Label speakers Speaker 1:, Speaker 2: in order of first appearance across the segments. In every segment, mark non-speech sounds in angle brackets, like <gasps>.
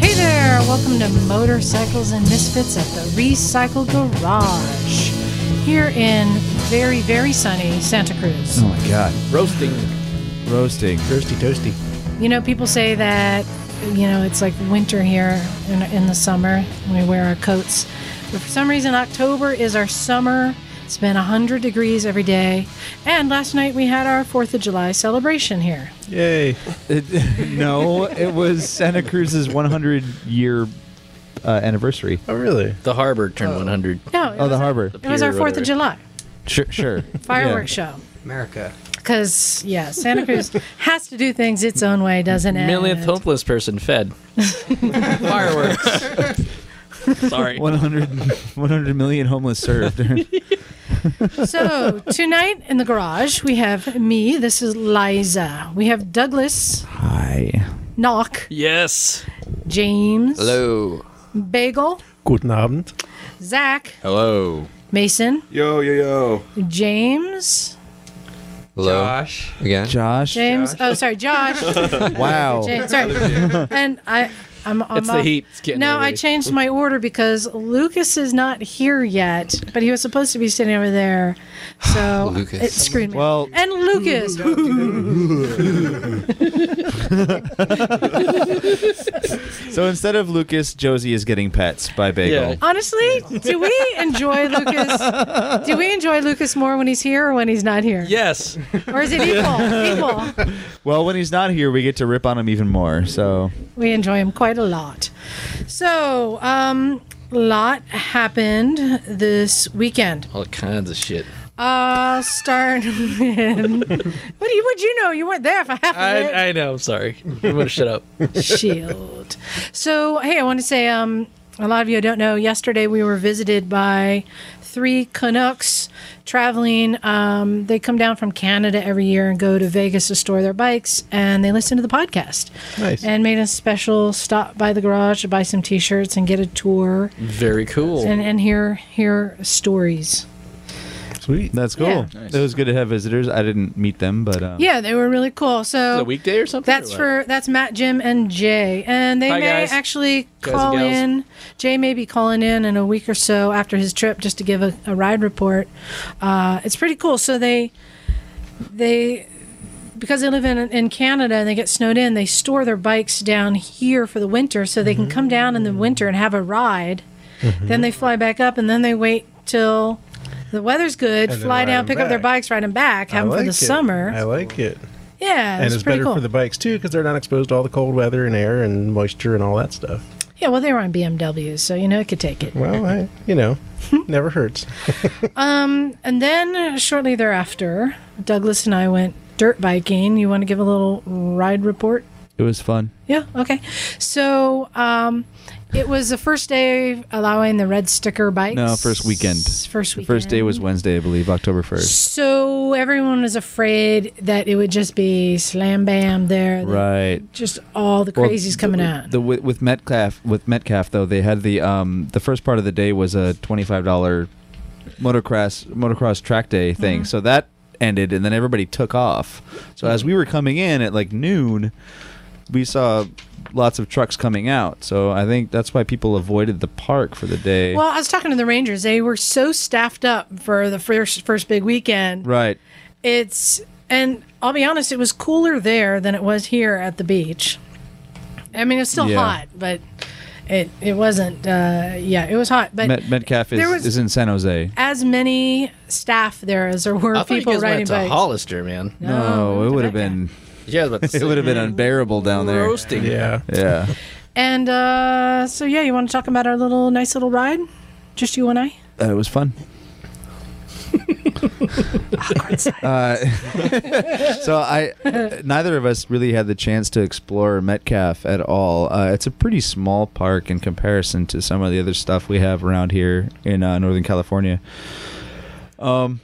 Speaker 1: Hey there, welcome to Motorcycles and Misfits at the Recycle Garage here in very, very sunny Santa Cruz.
Speaker 2: Oh my god.
Speaker 3: Roasting.
Speaker 2: Roasting.
Speaker 3: Thirsty toasty.
Speaker 2: Hmm.
Speaker 1: You know, people say that, you know, it's like winter here in, in the summer when we wear our coats. But for some reason, October is our summer. It's been 100 degrees every day. And last night we had our 4th of July celebration here.
Speaker 2: Yay. no, it <laughs> was Santa Cruz's 100 year uh, anniversary.
Speaker 3: Oh, really?
Speaker 4: The harbor turned 100.
Speaker 1: No, it
Speaker 2: Oh, the
Speaker 1: was-
Speaker 2: harbor.
Speaker 1: It was our
Speaker 4: Pier,
Speaker 1: 4th of
Speaker 4: whatever.
Speaker 1: July
Speaker 2: Sure.
Speaker 3: <laughs>
Speaker 2: sure.
Speaker 1: fireworks show.
Speaker 5: America.
Speaker 1: Because, yeah, Santa Cruz has to do things its own way, doesn't it?
Speaker 4: Millionth hopeless
Speaker 1: <laughs>
Speaker 4: person fed. Fireworks. Sorry.
Speaker 2: Yeah. 100, 100 million
Speaker 3: <laughs>
Speaker 2: homeless served.
Speaker 1: So, tonight in the garage, we have me. This is Liza. We have Douglas,
Speaker 2: Hi.
Speaker 1: Knock,
Speaker 4: Yes.
Speaker 1: James,
Speaker 4: Hello.
Speaker 1: Bagel,
Speaker 3: Guten Abend.
Speaker 1: Zach,
Speaker 4: Oh. Hello.
Speaker 1: Mason,
Speaker 6: Yo, yo, yo.
Speaker 1: James,
Speaker 5: Hello.
Speaker 7: Again?
Speaker 2: Josh.
Speaker 1: James. Oh, sorry,
Speaker 6: <laughs>
Speaker 1: Josh.
Speaker 2: Wow.
Speaker 1: James, sorry. And I, I'm. I'm
Speaker 4: It's the
Speaker 1: off-
Speaker 4: heat. It's getting
Speaker 1: No, I
Speaker 4: everybody.
Speaker 1: changed my order because Lucas is not here yet, but he was supposed to be sitting over there.
Speaker 4: <sighs>
Speaker 1: So
Speaker 7: Lucas.
Speaker 1: it screwed me.
Speaker 2: Well-
Speaker 1: and Lucas.
Speaker 2: So instead of Lucas, Josie is getting pets by Bagel.
Speaker 4: Yeah.
Speaker 1: Honestly, do we enjoy Lucas? Do we enjoy Lucas more when he's here or when he's not here?
Speaker 4: Yes.
Speaker 1: Or is it equal? equal.
Speaker 2: Well, when he's not here, we get to rip on him even more. So
Speaker 1: We enjoy him quite a lot. So, um, lot happened this weekend.
Speaker 4: All kinds of shit.
Speaker 1: Uh, start <laughs> with. What do you? Would you know? You weren't there for half of it.
Speaker 4: I, I know. I'm sorry. You want to shut up.
Speaker 1: Shield. So hey, I want to say um, a lot of you don't know. Yesterday we were visited by three Canucks traveling. Um, they come down from Canada every year and go to Vegas to store their bikes, and they listen to the podcast.
Speaker 3: Nice.
Speaker 1: And made a special stop by the garage to buy some T-shirts and get a tour
Speaker 4: Very cool.
Speaker 1: and, and hear hear stories.
Speaker 3: Sweet.
Speaker 2: that's cool.
Speaker 1: Yeah.
Speaker 2: It was good to have visitors. I didn't meet them, but um,
Speaker 1: Yeah, they were really cool. So
Speaker 4: a weekday or something?
Speaker 1: That's for that's Matt, Jim, and Jay, and they
Speaker 4: Hi,
Speaker 1: may
Speaker 4: guys.
Speaker 1: actually
Speaker 4: Guys and
Speaker 1: call
Speaker 4: gals.
Speaker 1: in. Jay may be calling in in a week or so after his trip just to give a, a ride report. Uh, it's pretty cool. So they they because they live in in Canada and they get snowed in, they store their bikes down here for the winter, so
Speaker 3: Mm-hmm.
Speaker 1: they can come down in the winter and have a ride. Then they fly back up, and then they wait till. The weather's good.
Speaker 3: And then
Speaker 1: fly
Speaker 3: ride
Speaker 1: down,
Speaker 3: 'em
Speaker 1: pick up their
Speaker 3: back.
Speaker 1: bikes, ride them back, have
Speaker 3: I
Speaker 1: them for
Speaker 3: like
Speaker 1: the
Speaker 3: it.
Speaker 1: summer.
Speaker 3: I like it.
Speaker 1: yeah,
Speaker 3: and
Speaker 1: it's,
Speaker 3: it's
Speaker 1: pretty
Speaker 3: better
Speaker 1: cool.
Speaker 3: for the bikes, too, because they're not exposed to all the cold weather and air and moisture and all that stuff.
Speaker 1: Yeah, well, they were on BMWs, so you know it could take it.
Speaker 3: Well, I,
Speaker 1: <laughs>
Speaker 3: you know, never hurts.
Speaker 1: And then uh, shortly thereafter, Douglas and I went dirt biking. You want to give a little ride report?
Speaker 2: it was fun.
Speaker 1: Yeah, okay. So um, it was the first day allowing the red sticker bikes.
Speaker 2: No, first weekend.
Speaker 1: First weekend.
Speaker 2: First day was Wednesday, I believe, October 1st.
Speaker 1: So everyone was afraid that it would just be slam bam there. that
Speaker 2: Right.
Speaker 1: Just all the
Speaker 2: Well,
Speaker 1: crazies coming out.
Speaker 2: The with, with Metcalf with Metcalf though they had the um the first part of the day was a twenty five dollar motocross motocross track day thing.
Speaker 1: Uh-huh.
Speaker 2: So that ended and then everybody took off. So as we were coming in at like noon, we saw lots of trucks coming out. So I think that's why people avoided the park for the day.
Speaker 1: well, I was talking to the Rangers. They were so staffed up for the first first big weekend.
Speaker 2: right.
Speaker 1: it's and I'll be honest, it was cooler there than it was here at the beach. I mean, it's still
Speaker 2: Yeah.
Speaker 1: hot, but it it wasn't. Uh, yeah, it was hot, but
Speaker 2: Met, Metcalf is,
Speaker 1: there was- Oh,
Speaker 2: is in San Jose.
Speaker 1: as many staff there as there were
Speaker 4: I thought you
Speaker 1: people
Speaker 4: guys
Speaker 1: riding
Speaker 4: went to
Speaker 1: bikes.
Speaker 4: Hollister, man.
Speaker 2: No, it would have been
Speaker 4: You guys about to
Speaker 2: <laughs> it would have been unbearable down there.
Speaker 4: roasting.
Speaker 3: Yeah.
Speaker 2: Yeah.
Speaker 1: And uh, so, yeah, you want to talk about our little nice little ride, just you and I?
Speaker 2: Uh, it was fun. uh, <laughs> so I, neither of us really had the chance to explore Metcalf at all. Uh, it's a pretty small park in comparison to some of the other stuff we have around here in uh, Northern California. Um,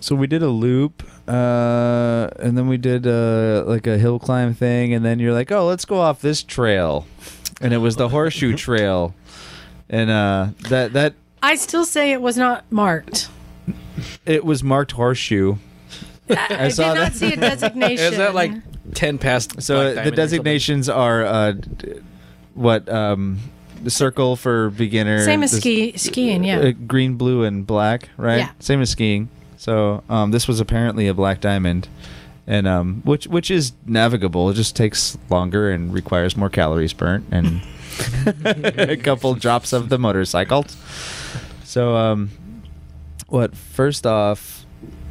Speaker 2: so we did a loop. Uh, and then we did uh, like a hill climb thing, and then you're like, "Oh, let's go off this trail," and it was the horseshoe trail, and uh, that that
Speaker 1: I still say it was not marked.
Speaker 2: it was marked horseshoe.
Speaker 1: I, I
Speaker 2: saw
Speaker 1: did not
Speaker 2: that.
Speaker 1: see a designation.
Speaker 4: Is that like ten past?
Speaker 2: So
Speaker 4: black
Speaker 2: uh, the
Speaker 4: diamond or something?
Speaker 2: designations are uh, d- what um, the circle for beginner,
Speaker 1: same as
Speaker 2: this-
Speaker 1: ski skiing? Yeah.
Speaker 2: uh, green, blue, and black, right?
Speaker 1: Yeah.
Speaker 2: Same as skiing. So um, this was apparently a black diamond, and um, which which is navigable. It just takes longer and requires more calories burnt and <laughs> a couple drops of the motorcycle. So um, what? First off,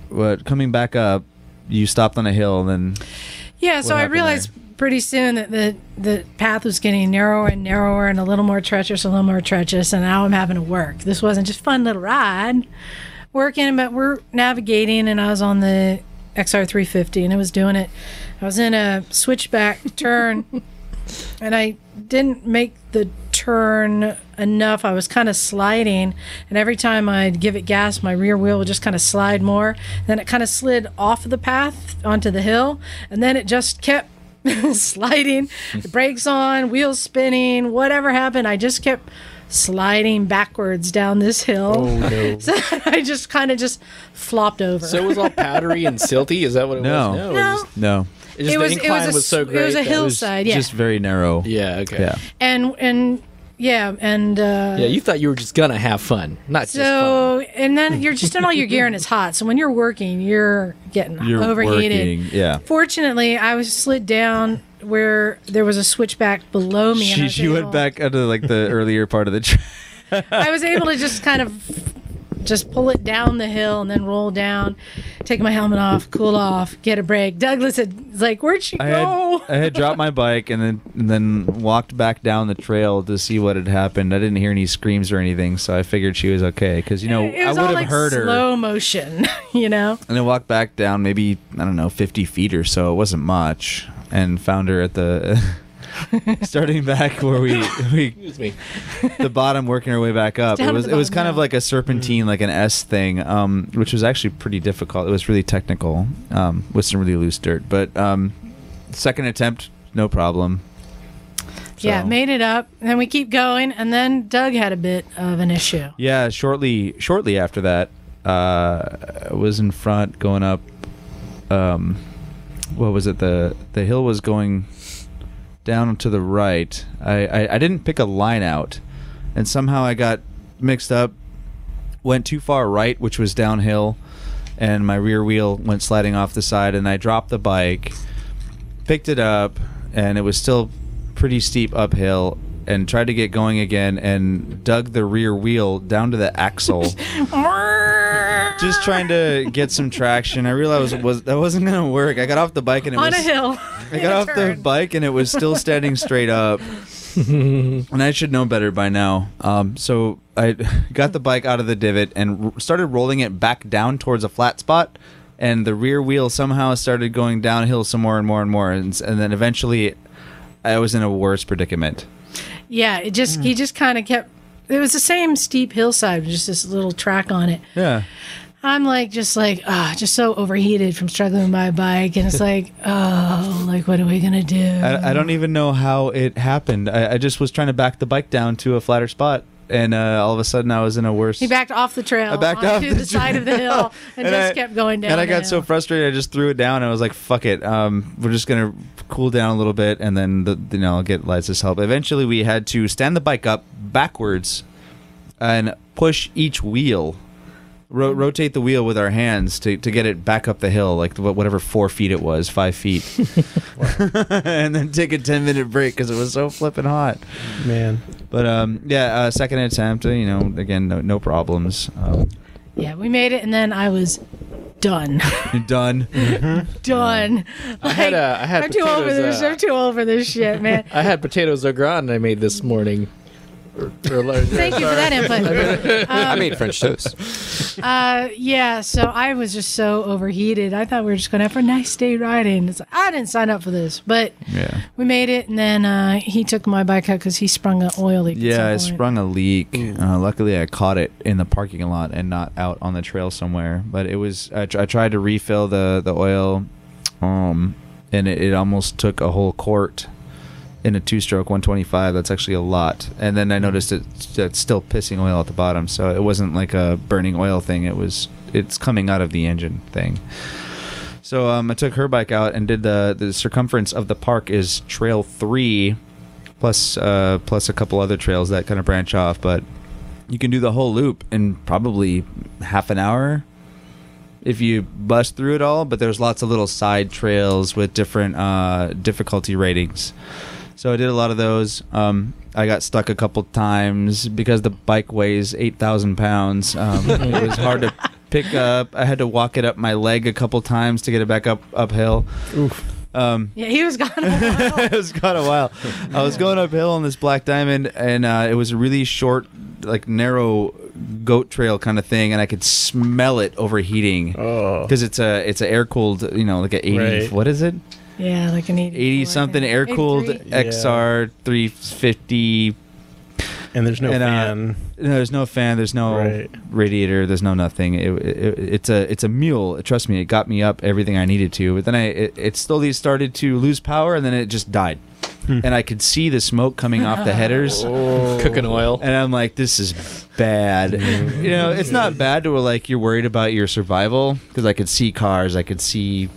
Speaker 2: what coming back up? You stopped on a hill, and then
Speaker 1: Yeah, so
Speaker 2: what
Speaker 1: I
Speaker 2: happened
Speaker 1: realized pretty soon that the the path was getting narrower and narrower and a little more treacherous, a little more treacherous, and now I'm having to work. This wasn't just fun little ride. Working, but we're navigating, and I was on the XR350, and it was doing it. I was in a switchback turn, and I didn't make the turn enough. I was kind of sliding, and every time I'd give it gas, my rear wheel would just kind of slide more. Then it kind of slid off of the path onto the hill, and then it just kept <laughs> sliding. The brakes on, wheels spinning, whatever happened, I just kept sliding backwards down this hill.
Speaker 3: Oh,
Speaker 1: <laughs>
Speaker 3: no.
Speaker 1: So I just kind of just flopped over.
Speaker 4: So it was all powdery and silty. Is that what it
Speaker 2: No.
Speaker 4: was? it was
Speaker 1: no,
Speaker 4: just,
Speaker 2: no,
Speaker 4: it just
Speaker 1: it was
Speaker 4: the incline
Speaker 1: it was a,
Speaker 4: was, so
Speaker 1: s-
Speaker 4: great.
Speaker 1: It was a
Speaker 4: that
Speaker 1: hillside, yeah,
Speaker 2: just very narrow.
Speaker 4: yeah. Okay.
Speaker 2: Yeah.
Speaker 1: and and yeah, and uh,
Speaker 4: Yeah, you thought you were just gonna have fun, not just fun.
Speaker 1: so and then you're just in all your gear and it's hot. So when you're working, you're getting
Speaker 2: You're
Speaker 1: overheated.
Speaker 2: working, yeah.
Speaker 1: Fortunately, I was slid down where there was a switchback below me. and I
Speaker 2: She,
Speaker 1: was
Speaker 2: she went
Speaker 1: able-
Speaker 2: back into like
Speaker 1: <laughs>
Speaker 2: the earlier part of the trail.
Speaker 1: I was able to just kind of just pull it down the hill and then roll down, take my helmet off, cool off, get a break. Douglas had like, where'd she
Speaker 2: I had,
Speaker 1: go?
Speaker 2: I had dropped my bike and then and then walked back down the trail to see what had happened. I didn't hear any screams or anything, so I figured she was okay. Because you know
Speaker 1: it
Speaker 2: I
Speaker 1: was
Speaker 2: would have
Speaker 1: all like
Speaker 2: heard her,
Speaker 1: slow motion, <laughs> you know.
Speaker 2: and I walked back down maybe I don't know fifty feet or so. It wasn't much, and found her
Speaker 1: <laughs>
Speaker 2: at the <laughs> starting back where we we
Speaker 4: Excuse me.
Speaker 2: the bottom, working her way back up.
Speaker 1: Down
Speaker 2: It
Speaker 1: to
Speaker 2: was
Speaker 1: the
Speaker 2: it was
Speaker 1: bottom,
Speaker 2: kind of
Speaker 1: yeah.
Speaker 2: like a serpentine, like an S thing, um, which was actually pretty difficult. It was really technical um, with some really loose dirt, but um, second attempt, no problem.
Speaker 1: Yeah,
Speaker 2: So-
Speaker 1: made it up. And then we keep going, and then Doug had a bit of an issue.
Speaker 2: Yeah, shortly shortly after that, uh, I was in front going up. Um, what was it? the The hill was going down to the right. I, I I didn't pick a line out, and somehow I got mixed up. Went too far right, which was downhill, and my rear wheel went sliding off the side, and I dropped the bike picked it up and it was still pretty steep uphill and tried to get going again and dug the rear wheel down to
Speaker 1: <laughs>
Speaker 2: the axle just trying to get some traction i realized it was that wasn't gonna work i got off the bike and it
Speaker 1: on
Speaker 2: was
Speaker 1: a hill.
Speaker 2: i got
Speaker 1: <laughs>
Speaker 2: off the bike and it was still standing straight up and i should know better by now um, so i got the bike out of the divot and r- started rolling it back down towards a flat spot and the rear wheel somehow started going downhill some more and more and more and, s- and then eventually i was in a worse predicament
Speaker 1: Yeah, it just he just kind of kept. It was the same steep hillside, with just this little track on it.
Speaker 2: yeah
Speaker 1: I'm like, just like, ah, just so overheated from struggling with my bike,
Speaker 2: <laughs>
Speaker 1: and it's like, oh, like what are we gonna do?
Speaker 2: I, I don't even know how it happened I, I just was trying to back the bike down to a flatter spot and uh, all of a sudden i was in a worse
Speaker 1: he backed off the trail,
Speaker 2: I backed off
Speaker 1: onto the,
Speaker 2: the
Speaker 1: side of the hill, and, just
Speaker 2: I-
Speaker 1: kept going down.
Speaker 2: <laughs> And I
Speaker 1: the
Speaker 2: got so
Speaker 1: hill.
Speaker 2: frustrated, I just threw it down. And I was like, "Fuck it, um, we're just gonna cool down a little bit, and then the, you know I'll get Liza's help." Eventually, we had to stand the bike up backwards and push each wheel, ro- rotate the wheel with our hands to, to get it back up the hill, like wh- whatever four feet it was, five feet, <laughs> and then take a ten minute break because it was so flipping hot.
Speaker 3: Man.
Speaker 2: But um, yeah, uh, second attempt, uh, you know, again, no, no problems. Um,
Speaker 1: yeah, we made it, and then I was done,
Speaker 2: done.
Speaker 1: done.
Speaker 4: I had uh, I had
Speaker 1: I'm too
Speaker 4: potatoes.
Speaker 1: old for this.
Speaker 4: uh, <laughs>
Speaker 1: I'm too old for this shit, man.
Speaker 4: I had potatoes au gratin I made this morning. Or, or-
Speaker 1: Thank you for that input.
Speaker 4: <laughs>
Speaker 5: I made French toast.
Speaker 1: Uh, yeah, so I was just so overheated. I thought we were just going to have a nice day riding. It's like, I didn't sign up for this, but
Speaker 2: Yeah.
Speaker 1: we made it. And then uh, he took my bike out because he sprung an oil leak. at
Speaker 2: Yeah, I
Speaker 1: some point.
Speaker 2: sprung a leak. Uh, luckily, I caught it in the parking lot and not out on the trail somewhere. But it was I, tr- I tried to refill the the oil, um, and it, it almost took a whole quart in a two stroke 125. That's actually a lot. And then I noticed it it's still pissing oil at the bottom. So it wasn't like a burning oil thing. It was it's coming out of the engine thing. So um, I took her bike out and did the the circumference of the park is trail three, plus uh, plus a couple other trails that kind of branch off. But you can do the whole loop in probably half an hour if you bust through it all. But there's lots of little side trails with different uh, difficulty ratings. So I did a lot of those. Um, I got stuck a couple times because the bike weighs eight thousand pounds. Um, it was hard to pick up. I had to walk it up my leg a couple times to get it back up uphill. Um,
Speaker 1: Yeah, he was gone. <laughs> a while.
Speaker 2: <laughs> it was quite a while. I was going uphill on this black diamond, and uh, it was a really short, like narrow goat trail kind of thing, and I could smell it overheating
Speaker 3: Oh.
Speaker 2: because it's a it's a air cooled, you know, like an eighty.
Speaker 3: Right.
Speaker 2: What is it?
Speaker 1: yeah, like an 80.
Speaker 2: 80 something air cooled
Speaker 3: Yeah.
Speaker 2: XR 350.
Speaker 3: And there's no
Speaker 2: And, uh,
Speaker 3: fan.
Speaker 2: No, there's no fan, there's no
Speaker 3: Right.
Speaker 2: radiator, there's no nothing. It, it, it's a it's a mule. Trust me, it got me up everything I needed to. But then I it, it slowly started to lose power and then it just died. and I could see the smoke coming off the headers.
Speaker 4: Oh. cooking oil.
Speaker 2: And I'm like, this is bad. you know, it's not bad to where like you're worried about your survival because I could see cars, I could see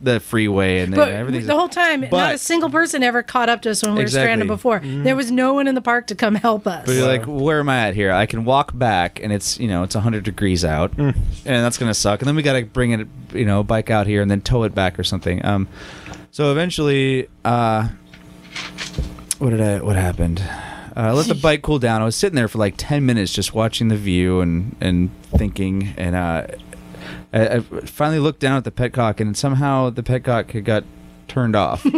Speaker 2: the freeway, and then
Speaker 1: But
Speaker 2: everything's
Speaker 1: the whole time, not
Speaker 2: But-
Speaker 1: a single person ever caught up to us when we were stranded
Speaker 2: Exactly. Mm-hmm.
Speaker 1: before. There was no one in the park to come help us.
Speaker 2: But you're like, where am I at here? I can walk back, and it's you know it's 100 degrees out, and that's gonna suck. And then we gotta bring it, you know, bike out here and then tow it back or something. Um, so eventually, uh, what did I? What happened? Uh, I let the bike cool down. I was sitting there for like 10 minutes just watching the view and and thinking, and uh, I, I finally looked down at the petcock, and somehow the petcock had got turned off.
Speaker 1: I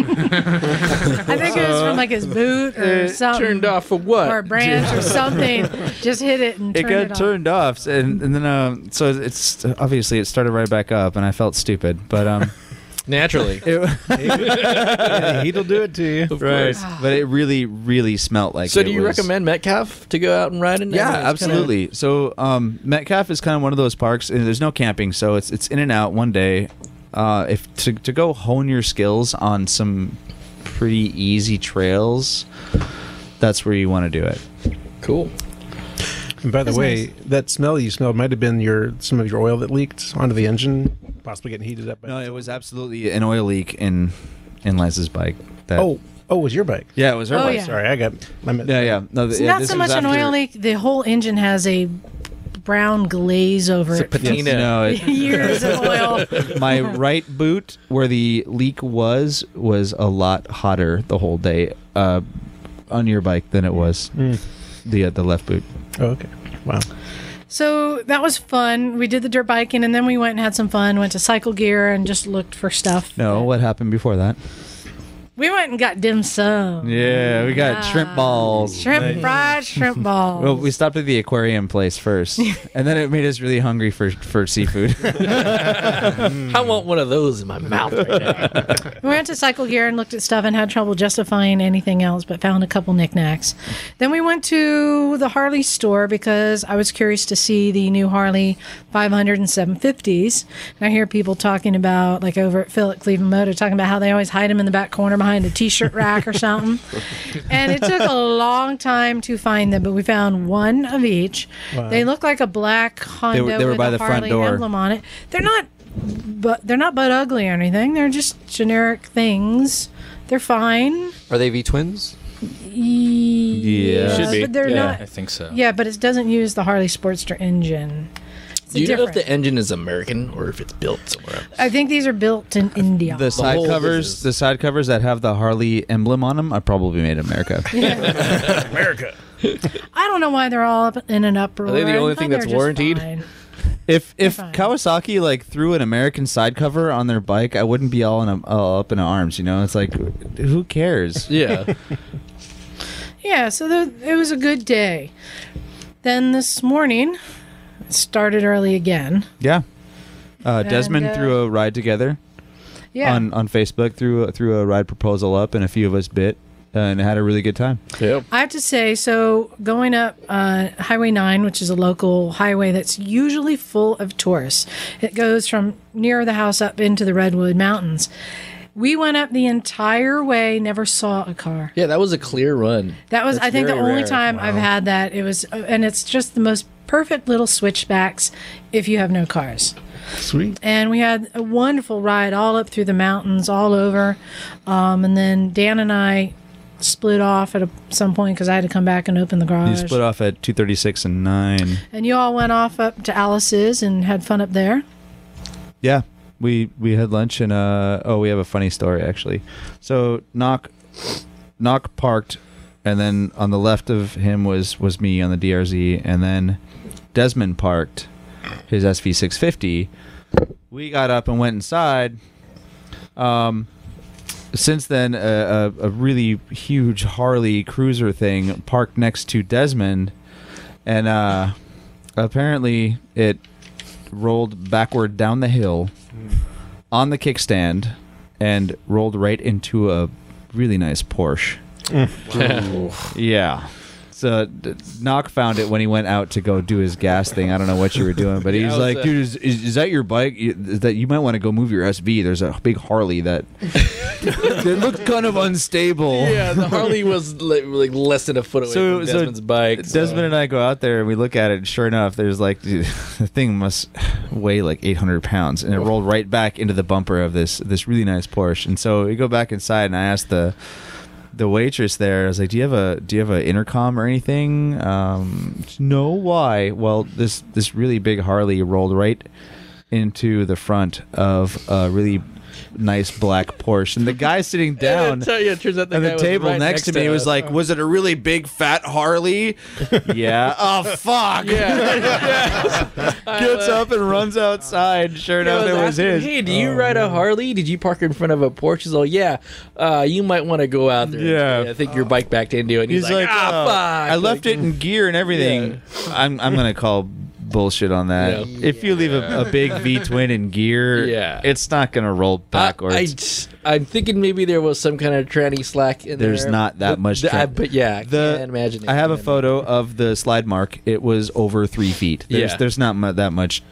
Speaker 1: think it was from like his
Speaker 2: <laughs>
Speaker 1: boot or something.
Speaker 4: Turned off for what?
Speaker 1: Or a branch or something. Just hit it and
Speaker 2: it
Speaker 1: turn
Speaker 2: got
Speaker 1: it off.
Speaker 2: turned off, and, and then um, so it's obviously it started right back up, and I felt stupid,
Speaker 4: <laughs>
Speaker 2: but um,
Speaker 4: Naturally.
Speaker 2: it,
Speaker 3: Heat'll do it to you.
Speaker 4: Of course.
Speaker 2: <sighs> but it really, really smelled like.
Speaker 4: So
Speaker 2: it
Speaker 4: do you
Speaker 2: was-
Speaker 4: recommend Metcalf to go out and ride in? It's
Speaker 2: Yeah,
Speaker 4: kinda-
Speaker 2: absolutely. So um, Metcalf is kind of one of those parks, and there's no camping, so it's it's in and out one day. Uh, if to to go hone your skills on some pretty easy trails, that's where you want to do it.
Speaker 4: Cool.
Speaker 3: And by the
Speaker 1: That's
Speaker 3: way,
Speaker 1: nice.
Speaker 3: that smell you smelled might have been your some of your oil that leaked onto the engine, possibly getting heated up. By
Speaker 2: No, it was absolutely an oil leak in in Liz's bike. That,
Speaker 3: oh, oh, it was your bike?
Speaker 2: yeah, it was her
Speaker 1: Oh,
Speaker 2: bike.
Speaker 1: yeah.
Speaker 3: Sorry, I got. I meant-
Speaker 2: Yeah, yeah. No,
Speaker 1: It's not so much an oil leak. The whole engine has a brown glaze over
Speaker 4: It's a
Speaker 1: it. from
Speaker 4: patina.
Speaker 2: No, <laughs>
Speaker 1: <laughs>
Speaker 2: it,
Speaker 1: Years of oil.
Speaker 2: my right boot where the leak was was a lot hotter the whole day uh, on your bike than it was
Speaker 3: Mm.
Speaker 2: the uh, the left boot.
Speaker 3: Oh, okay. Wow.
Speaker 1: So that was fun. We did the dirt biking and then we went and had some fun. Went to Cycle Gear and just looked for stuff.
Speaker 2: No, what happened before that?
Speaker 1: We went and got dim sum.
Speaker 2: Yeah, we
Speaker 3: Ah,
Speaker 2: got shrimp balls.
Speaker 1: Shrimp fried
Speaker 2: <laughs>
Speaker 1: shrimp balls.
Speaker 2: Well, we stopped at the aquarium
Speaker 3: <laughs>
Speaker 2: place first, and then it made us really hungry for for <laughs> seafood.
Speaker 4: I want one of those <laughs> in my mouth right now.
Speaker 1: We went to Cycle Gear and looked at stuff and had trouble justifying anything else, but found a couple knickknacks. Then we went to the Harley store because I was curious to see the new Harley 500 and 750s. And I hear people talking about, like over at Phil at Cleveland Motor, talking about how they always hide them in the back corner behind a t shirt rack or
Speaker 2: <laughs>
Speaker 1: something. and it took a long time to find them, but we found one of each. They look like a black Honda
Speaker 2: were- they were
Speaker 1: with
Speaker 2: by
Speaker 1: a
Speaker 2: the front
Speaker 1: Harley
Speaker 2: door.
Speaker 1: emblem on it. They're not but they're not butt ugly or anything. They're just generic things. They're fine.
Speaker 5: Are they V twins?
Speaker 1: Yeah,
Speaker 4: Should be.
Speaker 1: but they're
Speaker 4: Yeah.
Speaker 1: not.
Speaker 5: think so.
Speaker 1: Yeah, but it doesn't use the Harley Sportster engine. It's
Speaker 4: Do you know if
Speaker 1: different.
Speaker 4: the engine is American or if it's built somewhere else?
Speaker 1: I think these are built in India. <laughs>
Speaker 2: The side
Speaker 4: whole
Speaker 2: covers,
Speaker 4: business.
Speaker 2: the side covers that have the Harley emblem on them, are probably made in <laughs> America.
Speaker 1: I don't know why they're all up in an uproar.
Speaker 4: Are they the
Speaker 1: I
Speaker 4: only
Speaker 1: thought
Speaker 4: thing
Speaker 1: they
Speaker 4: that's
Speaker 1: were just
Speaker 4: warrantied?
Speaker 1: fine.
Speaker 2: If if
Speaker 1: fine.
Speaker 2: Kawasaki like threw an American side cover on their bike, I wouldn't be
Speaker 4: <laughs>
Speaker 2: all in a, all up in arms. You know, it's like, who cares?
Speaker 4: Yeah.
Speaker 1: Yeah, so the, it was a good day. Then this morning, it started early again.
Speaker 2: Yeah. Uh, Desmond
Speaker 1: uh,
Speaker 2: threw a ride together
Speaker 1: Yeah,
Speaker 2: on, on Facebook, threw, threw a ride proposal up, and a few of us bit uh, and had a really good time.
Speaker 4: Yep.
Speaker 1: I have to say, so going up uh, Highway 9, which is a local highway that's usually full of tourists, it goes from near the house up into the Redwood Mountains. We went up the entire way, never saw a car.
Speaker 4: Yeah, that was a clear run.
Speaker 1: That was,
Speaker 4: That's
Speaker 1: I think, the
Speaker 4: very
Speaker 1: only
Speaker 4: rare.
Speaker 1: time I've had that. It was, uh, and it's just the most perfect little switchbacks if you have no cars.
Speaker 3: Sweet.
Speaker 1: And we had a wonderful ride all up through the mountains, all over. Um, and then Dan and I split off at a, some point because I had to come back and open the
Speaker 2: You
Speaker 1: garage.
Speaker 2: split off at 236 and 9.
Speaker 1: And you all went off up to Alice's and had fun up there.
Speaker 2: Yeah, we we had lunch and uh oh, we have a funny story actually. So knock, knock parked, and then on the left of him was was me on the DRZ, and then Desmond parked his SV650. We got up and went inside. Um. Since then, a, a, a really huge Harley cruiser thing parked next to Desmond, and uh, apparently it rolled backward down the hill on the kickstand and rolled right into a really nice Porsche. yeah. So d- Knock found it when he went out to go do his gas thing. I don't know what you were doing,
Speaker 4: <laughs>
Speaker 2: but
Speaker 4: Yeah,
Speaker 2: he's
Speaker 4: I was,
Speaker 2: like,
Speaker 4: uh,
Speaker 2: "Dude, is, is, is that your bike? You- Is that you might want to go move your SV. There's a big Harley that that looked kind of unstable."
Speaker 4: Yeah, the Harley was like, like less than a foot away
Speaker 2: So-
Speaker 4: from
Speaker 2: so
Speaker 4: Desmond's bike. so-
Speaker 2: Desmond and I go out there and we look at it, and sure enough, there's like dude, <laughs> the thing must weigh like 800 pounds, and it rolled right back into the bumper of this this really nice Porsche. And so we go back inside, and I asked the the waitress there, I was like, "Do you have a do you have an intercom or anything?" Um, no, why? Well, this this really big Harley rolled right into the front of a really nice black Porsche, and the guy sitting
Speaker 4: Yeah,
Speaker 2: down
Speaker 4: I tell you, it turns out
Speaker 2: and
Speaker 4: guy
Speaker 2: the
Speaker 4: was
Speaker 2: table
Speaker 4: right
Speaker 2: next, to me was
Speaker 4: us.
Speaker 2: like, "Was it a really big fat Harley?" yeah. <laughs> Oh fuck! <laughs>
Speaker 4: Yeah. <laughs> yeah.
Speaker 2: Gets up and runs outside. Sure
Speaker 4: I
Speaker 2: enough,
Speaker 4: was
Speaker 2: it was
Speaker 4: asking,
Speaker 2: his. Oh,
Speaker 4: Hey, do you ride a Harley? Did you park in front of a Porsche? He's like, yeah. Uh, you might want to go out there.
Speaker 2: Yeah.
Speaker 4: I think your bike back to India. And he's, like, ah,
Speaker 2: uh,
Speaker 4: fuck.
Speaker 2: I left it in gear and everything. I'm I'm gonna call bullshit on that.
Speaker 4: Yeah.
Speaker 2: If you leave a, a big V twin in gear,
Speaker 4: Yeah.
Speaker 2: it's not gonna roll backwards.
Speaker 4: I, I, am thinking maybe there was some kind of tranny slack in there.
Speaker 2: There's not that
Speaker 4: But-
Speaker 2: much
Speaker 4: th- I-
Speaker 2: tran-
Speaker 4: but yeah, I
Speaker 2: The-
Speaker 4: can't imagine. it.
Speaker 2: I have a
Speaker 4: Can't
Speaker 2: photo of the slide mark. It was over three feet. There's,
Speaker 4: Yeah.
Speaker 2: there's not mu- that much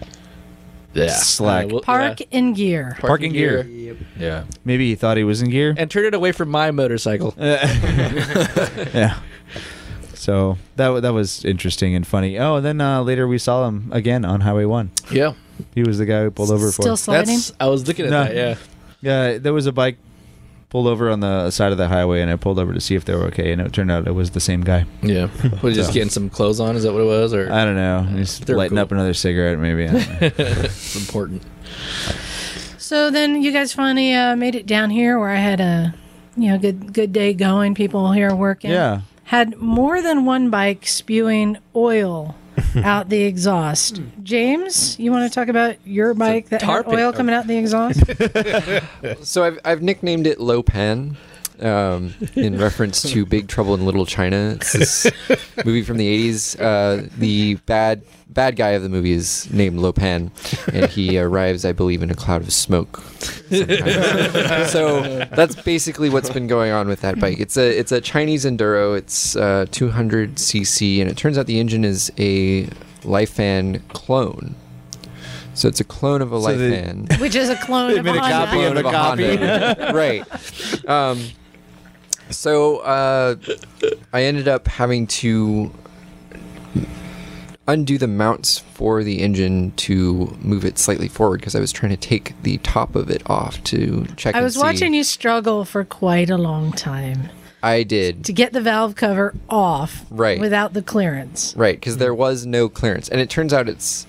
Speaker 4: imagine.
Speaker 2: slack.
Speaker 4: Uh, well,
Speaker 1: Park
Speaker 4: yeah.
Speaker 1: in gear.
Speaker 2: Parking gear.
Speaker 4: Yep.
Speaker 5: Yeah.
Speaker 2: Maybe he thought he was in gear.
Speaker 4: And turn it away from my
Speaker 2: <laughs>
Speaker 4: motorcycle.
Speaker 2: yeah. So that wa- that was interesting and funny. Oh, and then uh, later we saw him again on Highway One.
Speaker 4: Yeah.
Speaker 2: He was the guy who pulled over
Speaker 1: Still
Speaker 2: for.
Speaker 1: sliding.
Speaker 4: That's. I was looking at
Speaker 2: No.
Speaker 4: that.
Speaker 2: <laughs>
Speaker 4: Yeah.
Speaker 2: Yeah, there was a bike pulled over on the side of the highway, and I pulled over to see if they were okay, and it turned out it was the same guy.
Speaker 4: Yeah. Was he just getting some clothes on? Is that what it was? Or
Speaker 2: I don't know. He's
Speaker 4: They're
Speaker 2: lighting
Speaker 4: cool.
Speaker 2: up another cigarette, maybe. I don't know.
Speaker 4: it's important.
Speaker 1: So then you guys finally uh, made it down here where I had a you know good good day going. People here working.
Speaker 2: yeah.
Speaker 1: Had more than one bike spewing
Speaker 2: <laughs>
Speaker 1: oil out the exhaust. James, you want to talk about your bike that
Speaker 4: tar
Speaker 1: had
Speaker 4: pit.
Speaker 1: oil coming out the
Speaker 4: <laughs>
Speaker 1: exhaust?
Speaker 5: So I've, I've nicknamed it Lo Pan um, in reference to Big Trouble in Little China. It's this movie from the 80s. Uh, the bad bad guy of the movie is named Lo Pan, and he arrives, I believe, in a cloud of smoke. sometime. so that's basically what's been going on with that bike. It's a it's a Chinese enduro. It's uh, 200 cc, and it turns out the engine is a Lifan clone. So it's a clone of a
Speaker 2: So the-
Speaker 5: Lifan
Speaker 1: Which is a clone
Speaker 2: They
Speaker 1: of
Speaker 2: made
Speaker 1: a
Speaker 2: a
Speaker 1: Honda.
Speaker 2: copy of
Speaker 5: clone
Speaker 2: the copy. <laughs>
Speaker 5: Honda. right. Um, so uh, I ended up having to undo the mounts for the engine to move it slightly forward because I was trying to take the top of it off to check.
Speaker 1: I
Speaker 5: and
Speaker 1: was
Speaker 5: see.
Speaker 1: watching you struggle for quite a long time
Speaker 5: I did.
Speaker 1: to get the valve cover off
Speaker 5: Right.
Speaker 1: without the clearance.
Speaker 5: Right, because there was no clearance, and it turns out it's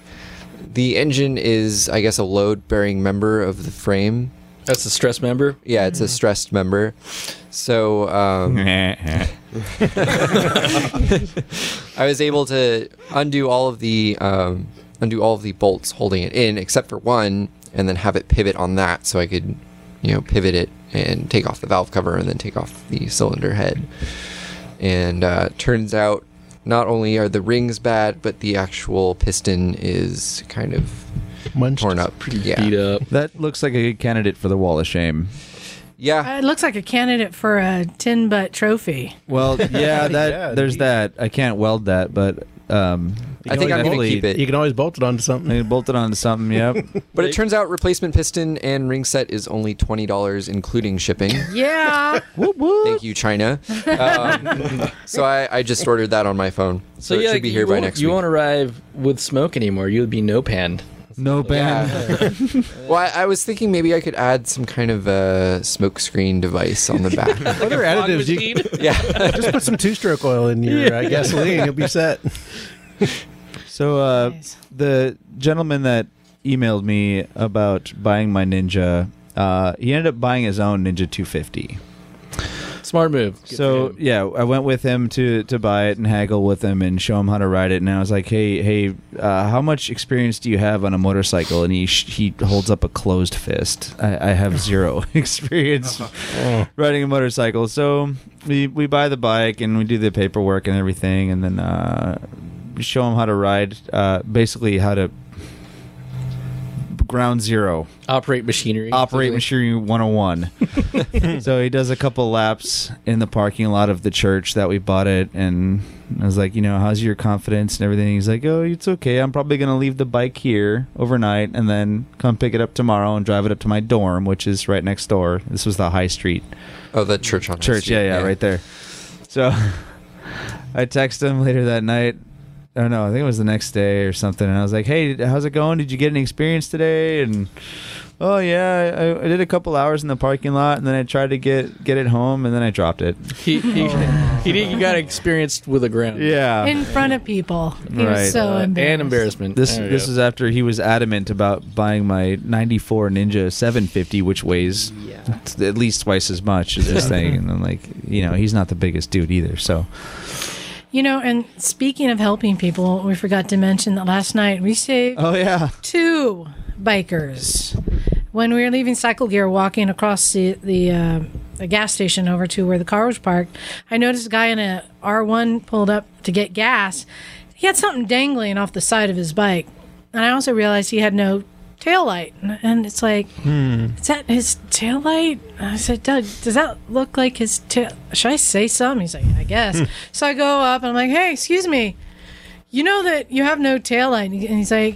Speaker 5: the engine is, I guess, a load-bearing member of the frame.
Speaker 4: That's the stress member.
Speaker 5: Yeah,
Speaker 1: Mm-hmm.
Speaker 5: it's a stressed member. So um, I was able to undo all of the um, undo all of the bolts holding it in, except for one, and then have it pivot on that, so I could, you know, pivot it and take off the valve cover and then take off the cylinder head. and uh, turns out not only are the rings bad, but the actual piston is kind of
Speaker 3: Munched.
Speaker 5: torn up. Yeah,
Speaker 4: Beat up.
Speaker 2: <laughs> That looks like a good candidate for the Wall of Shame.
Speaker 5: yeah.
Speaker 1: Uh, it looks like a candidate for a tin butt trophy.
Speaker 2: Well, yeah, that
Speaker 3: Yeah,
Speaker 2: there's
Speaker 3: neat.
Speaker 2: that. I can't weld that, but um,
Speaker 5: I think I'm gonna
Speaker 2: definitely-
Speaker 5: keep it.
Speaker 3: You can always bolt it onto
Speaker 2: I
Speaker 3: something.
Speaker 2: need to bolt it onto something. Yep.
Speaker 5: But it turns out replacement piston and ring set is only twenty dollars, including shipping.
Speaker 1: Yeah.
Speaker 2: whoop whoop.
Speaker 5: Thank you,
Speaker 4: <laughs>
Speaker 5: China. Um, so I, I just ordered that on my phone, so, it
Speaker 4: yeah,
Speaker 5: should
Speaker 4: like,
Speaker 5: be here
Speaker 4: you
Speaker 5: by
Speaker 4: won't-
Speaker 5: next
Speaker 4: You
Speaker 5: week.
Speaker 4: won't arrive with smoke anymore. You'll be no panned.
Speaker 2: No ban.
Speaker 5: Yeah. <laughs> well, I, I was thinking maybe I could add some kind of uh, smoke screen device on the <laughs> back.
Speaker 3: Other additives. You <laughs>
Speaker 5: yeah.
Speaker 3: just put some two-stroke oil in your uh, gasoline. You'll be set.
Speaker 2: So uh,
Speaker 1: Nice.
Speaker 2: the gentleman that emailed me about buying my Ninja, uh, he ended up buying his own Ninja 250.
Speaker 4: <laughs> Smart move. Good for
Speaker 2: so
Speaker 4: him.
Speaker 2: yeah, I went with him to to buy it and haggle with him and show him how to ride it. And I was like, hey, hey, uh, how much experience do you have on a motorcycle? And he sh- he holds up a closed fist. I, I have zero <laughs> experience riding a motorcycle. So we we buy the bike and we do the paperwork and everything, and then uh, we show him how to ride. Uh, basically, how to ground zero
Speaker 4: operate machinery.
Speaker 2: operate machinery 101 so he does a couple laps in the parking lot of the church that we bought it and i was like you know how's your confidence and everything he's like oh it's okay i'm probably going to leave the bike here overnight and then come pick it up tomorrow and drive it up to my dorm which is right next door this was the high street
Speaker 5: Oh, the church on High
Speaker 2: church
Speaker 5: Street,
Speaker 2: yeah, yeah right there so <laughs> i text him later that night I don't know. I think it was the next day or something, and I was like, "Hey, how's it going? Did you get any experience today?" And oh yeah, I, I did a couple hours in the parking lot, and then I tried to get get it home, and then I dropped it.
Speaker 4: He, he,
Speaker 3: Oh.
Speaker 4: he, didn't- he got experienced with a ground.
Speaker 1: <laughs>
Speaker 2: Yeah.
Speaker 1: In front of people. He
Speaker 2: Right.
Speaker 1: was so
Speaker 4: Uh,
Speaker 1: embarrassed.
Speaker 4: and embarrassment.
Speaker 2: this
Speaker 4: There we
Speaker 2: this
Speaker 4: go.
Speaker 2: is after he was adamant about buying my '94 Ninja 750, which weighs t- at least twice as much as this thing, and I'm like, you know, he's not the biggest dude either, so
Speaker 1: You know, and speaking of helping people, we forgot to mention that last night we saved
Speaker 2: oh yeah,
Speaker 1: two bikers when we were leaving cycle gear walking across the the, uh, the gas station over to where the car was parked i noticed a guy in a r1 pulled up to get gas he had something dangling off the side of his bike and i also realized he had no tail light and, and it's like is that his tail light i said doug does that look like his tail should i say something he's like i guess so i go up and i'm like hey excuse me you know that you have no tail light and he's like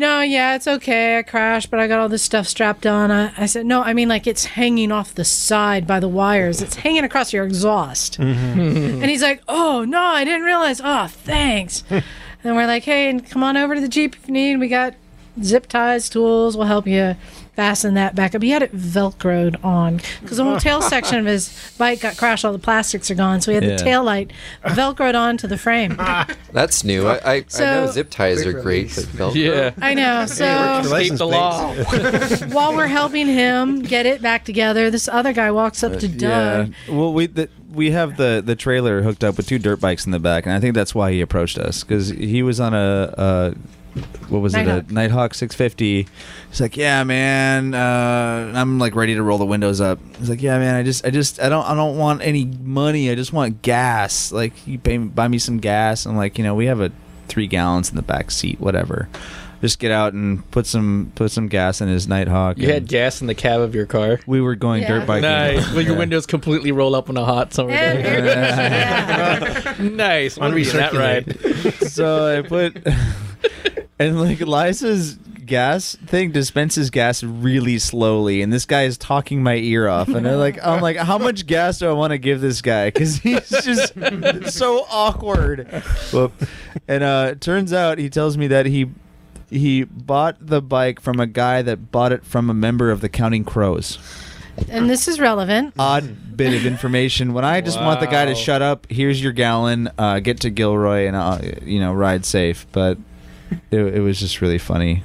Speaker 1: no, yeah, it's okay. I crashed, but I got all this stuff strapped on. I, I said, no, I mean, like, it's hanging off the side by the wires. It's hanging across your exhaust. and he's like, oh, no, I didn't realize. Oh, thanks. and we're like, hey, and come on over to the Jeep if you need. We got zip ties, tools. We'll help you fasten that back up. He had it Velcroed on because the whole tail section of his bike got crashed. All the plastics are gone. So he had
Speaker 2: Yeah.
Speaker 1: the tail light Velcroed onto the frame.
Speaker 5: That's new. I, I, I know
Speaker 1: So-
Speaker 5: zip ties are great, but Velcro.
Speaker 4: yeah.
Speaker 1: I know. So.
Speaker 4: Escape the law.
Speaker 1: while we're helping him get it back together, this other guy walks up to Doug.
Speaker 2: Uh, Yeah. Well, we the, we have the the trailer hooked up with two dirt bikes in the back, and I think that's why he approached us because he was on a. a what was it?
Speaker 1: Nighthawk.
Speaker 2: A Nighthawk 650. He's like, yeah, man. Uh, I'm like ready to roll the windows up. He's like, yeah, man. I just, I just, I don't, I don't want any money. I just want gas. Like, you pay, buy me some gas. I'm like, you know, we have a three gallons in the back seat, whatever. Just get out and put some, put some gas in his Nighthawk.
Speaker 4: You had
Speaker 2: and
Speaker 4: gas in the cab of your car.
Speaker 2: we were going
Speaker 1: Yeah.
Speaker 2: dirt biking.
Speaker 4: Nice. Well, your
Speaker 2: Yeah.
Speaker 4: windows completely roll up on a hot summer
Speaker 1: And
Speaker 4: day.
Speaker 1: there yeah.
Speaker 4: <laughs> nice. I'm reading that
Speaker 3: Unrecirculate.
Speaker 4: right.
Speaker 2: so I put <laughs> and like Liza's gas thing dispenses gas really slowly, and this guy is talking my ear off, and I'm like, I'm like, how much gas do I want to give this guy? Because he's just so awkward. Whoop. And uh, it turns out he tells me that he he bought the bike from a guy that bought it from a member of the Counting Crows
Speaker 1: And this is relevant.
Speaker 2: odd bit of information when I just want the guy to
Speaker 4: Wow.
Speaker 2: shut up. Here's your gallon. Uh, get to Gilroy and uh, you know ride safe. But it, it was just really funny.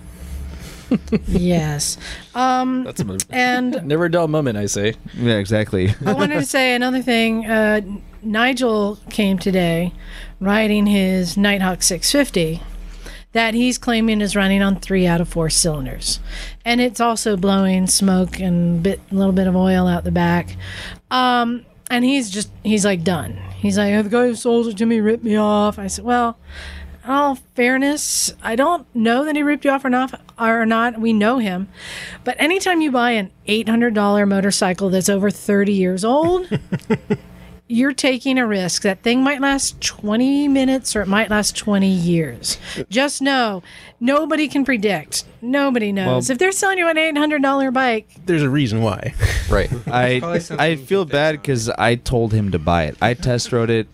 Speaker 1: yes. Um,
Speaker 4: That's a move.
Speaker 1: and
Speaker 4: Never a dull moment, I say.
Speaker 2: Yeah,
Speaker 6: <laughs>
Speaker 2: exactly.
Speaker 1: I wanted to say another thing. Uh, Nigel came today riding his Nighthawk 650 that he's claiming is running on three out of four cylinders. And it's also blowing smoke and a bit, little bit of oil out the back. Um, and he's just he's like done. He's like, the guy who sold it to me ripped me off. I said, well, in all fairness, I don't know that he ripped you off or not. Or not, we know him. But anytime you buy an eight hundred dollar motorcycle that's over thirty years old. You're taking a risk. That thing might last 20 minutes or it might last 20 years. Just know nobody can predict. Nobody knows. if they're selling you an $800 bike,
Speaker 3: There's a reason why.
Speaker 5: Right.
Speaker 2: I
Speaker 6: probably something
Speaker 2: I
Speaker 6: you can
Speaker 2: feel
Speaker 6: fix
Speaker 2: bad
Speaker 6: on.
Speaker 2: because I told him to buy it. I test rode it,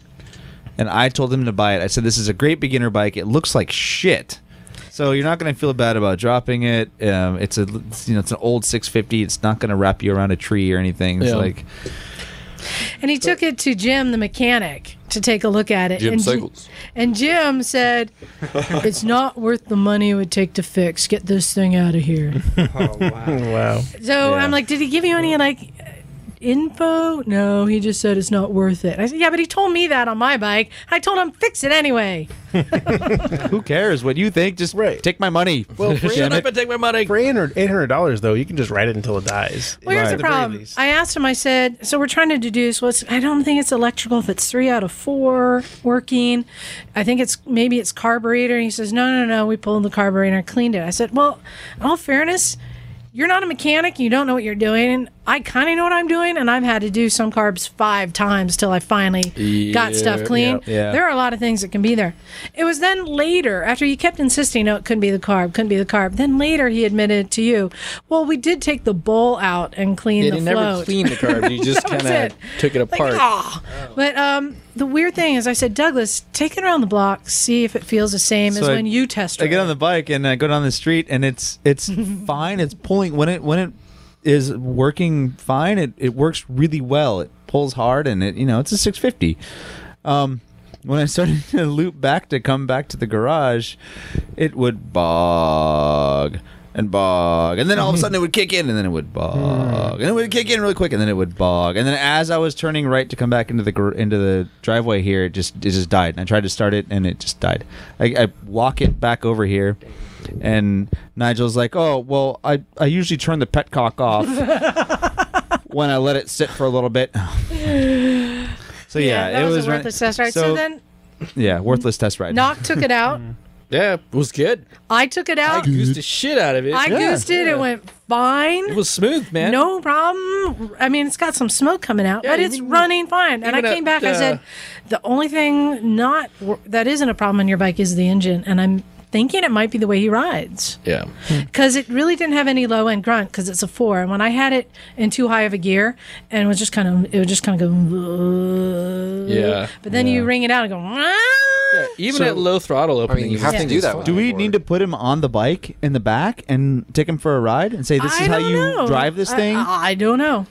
Speaker 2: and I told him to buy it. I said this is a great beginner bike. It looks like shit, so you're not going to feel bad about dropping it. Um, it's a it's, you know it's an old 650. It's not going to wrap you around a tree or anything. It's
Speaker 4: Yeah.
Speaker 2: like
Speaker 1: And he took it to Jim, the mechanic, to take a look at it.
Speaker 5: Jim
Speaker 1: and, Ji-
Speaker 5: Segels.
Speaker 1: and Jim said, "It's not worth the money it would take to fix. Get this thing out of here."
Speaker 6: Oh wow.
Speaker 3: Wow.
Speaker 1: So
Speaker 2: Yeah.
Speaker 1: I'm like, "Did he give you any like info?" No, he just said it's not worth it. I said, "Yeah, but he told me that on my bike. I told him fix it anyway."
Speaker 2: who cares what you think? Just
Speaker 3: Right.
Speaker 2: take my money.
Speaker 3: Well, for
Speaker 4: Shut
Speaker 3: eight
Speaker 4: up and take my money.
Speaker 3: hundred eight hundred dollars though, you can just ride it until it dies.
Speaker 1: Well, here's
Speaker 3: At
Speaker 1: the
Speaker 3: very
Speaker 1: problem.
Speaker 3: least.
Speaker 1: I asked him. I said, "So we're trying to deduce what's. I don't think it's electrical. If it's three out of four working, I think it's maybe it's carburetor." And he says, "No, no, no. We pulled the carburetor and cleaned it." I said, "Well, in all fairness, you're not a mechanic. You don't know what you're doing. And I kind of know what I'm doing. And I've had to do some carbs five times till I finally got stuff clean.
Speaker 2: yeah, yeah.
Speaker 1: There are a lot of things that can be there. It was then later, after you kept insisting, no, it couldn't be the carb, couldn't be the carb. Then later he admitted to you, well, we did take the bowl out and clean
Speaker 4: Yeah,
Speaker 1: the
Speaker 4: they
Speaker 1: float.
Speaker 4: never cleaned the carbs.
Speaker 1: <laughs>
Speaker 4: You just
Speaker 1: That was
Speaker 4: kind of
Speaker 1: it.
Speaker 4: took it apart.
Speaker 1: Like, ah. But um, the weird thing is, I said, Douglas, take it around the block, see if it feels the same
Speaker 2: So
Speaker 1: as
Speaker 2: I-
Speaker 1: when you test
Speaker 2: I get
Speaker 1: it.
Speaker 2: on the bike and I go down the street and it's it's fine. It's pulling when it when it is working fine. It it works really well. It pulls hard and it you know it's a 650. Um, when I started <laughs> to loop back to come back to the garage, it would bog and bog, and then all of a sudden it would kick in, and then it would bog, and it would kick in really quick, and then it would bog, and then as I was turning right to come back into the gar- into the driveway here, it just it just died, and I tried to start it, and it just died. I, I walk it back over here. And Nigel's like, "Oh, well, I, I usually turn the petcock off when I let it sit for a little bit." so yeah,
Speaker 1: that
Speaker 2: it
Speaker 1: was,
Speaker 2: was
Speaker 1: a
Speaker 2: run-
Speaker 1: worthless test ride. So, then
Speaker 2: yeah, worthless test ride.
Speaker 1: Knock took it out.
Speaker 4: Yeah, it was good.
Speaker 1: I took it
Speaker 4: I
Speaker 1: out.
Speaker 4: goosed the shit out of it.
Speaker 1: I goosed it. It went fine.
Speaker 4: It was smooth, man.
Speaker 1: No problem. I mean, it's got some smoke coming out,
Speaker 4: Yeah,
Speaker 1: but it's
Speaker 4: even-
Speaker 1: running fine. And I
Speaker 4: even
Speaker 1: came
Speaker 4: at,
Speaker 1: back. I said,
Speaker 4: uh,
Speaker 1: the only thing not wor- that isn't a problem on your bike is the engine, and I'm thinking it might be the way he rides
Speaker 4: Yeah.
Speaker 1: because it really didn't have any low end grunt because it's a four. And when I had it in too high of a gear, and it was just kind of, it would just kind of go.
Speaker 4: Yeah.
Speaker 1: But then you ring it out and go. "Wah."
Speaker 4: Even at low throttle
Speaker 5: I
Speaker 4: opening,
Speaker 5: mean, you have to do that.
Speaker 2: Do we need to put him on the bike in the back and take him for a ride and say this
Speaker 1: I
Speaker 2: is how
Speaker 1: don't
Speaker 2: you
Speaker 1: know.
Speaker 2: drive this
Speaker 1: I-
Speaker 2: thing?
Speaker 1: I, I don't know.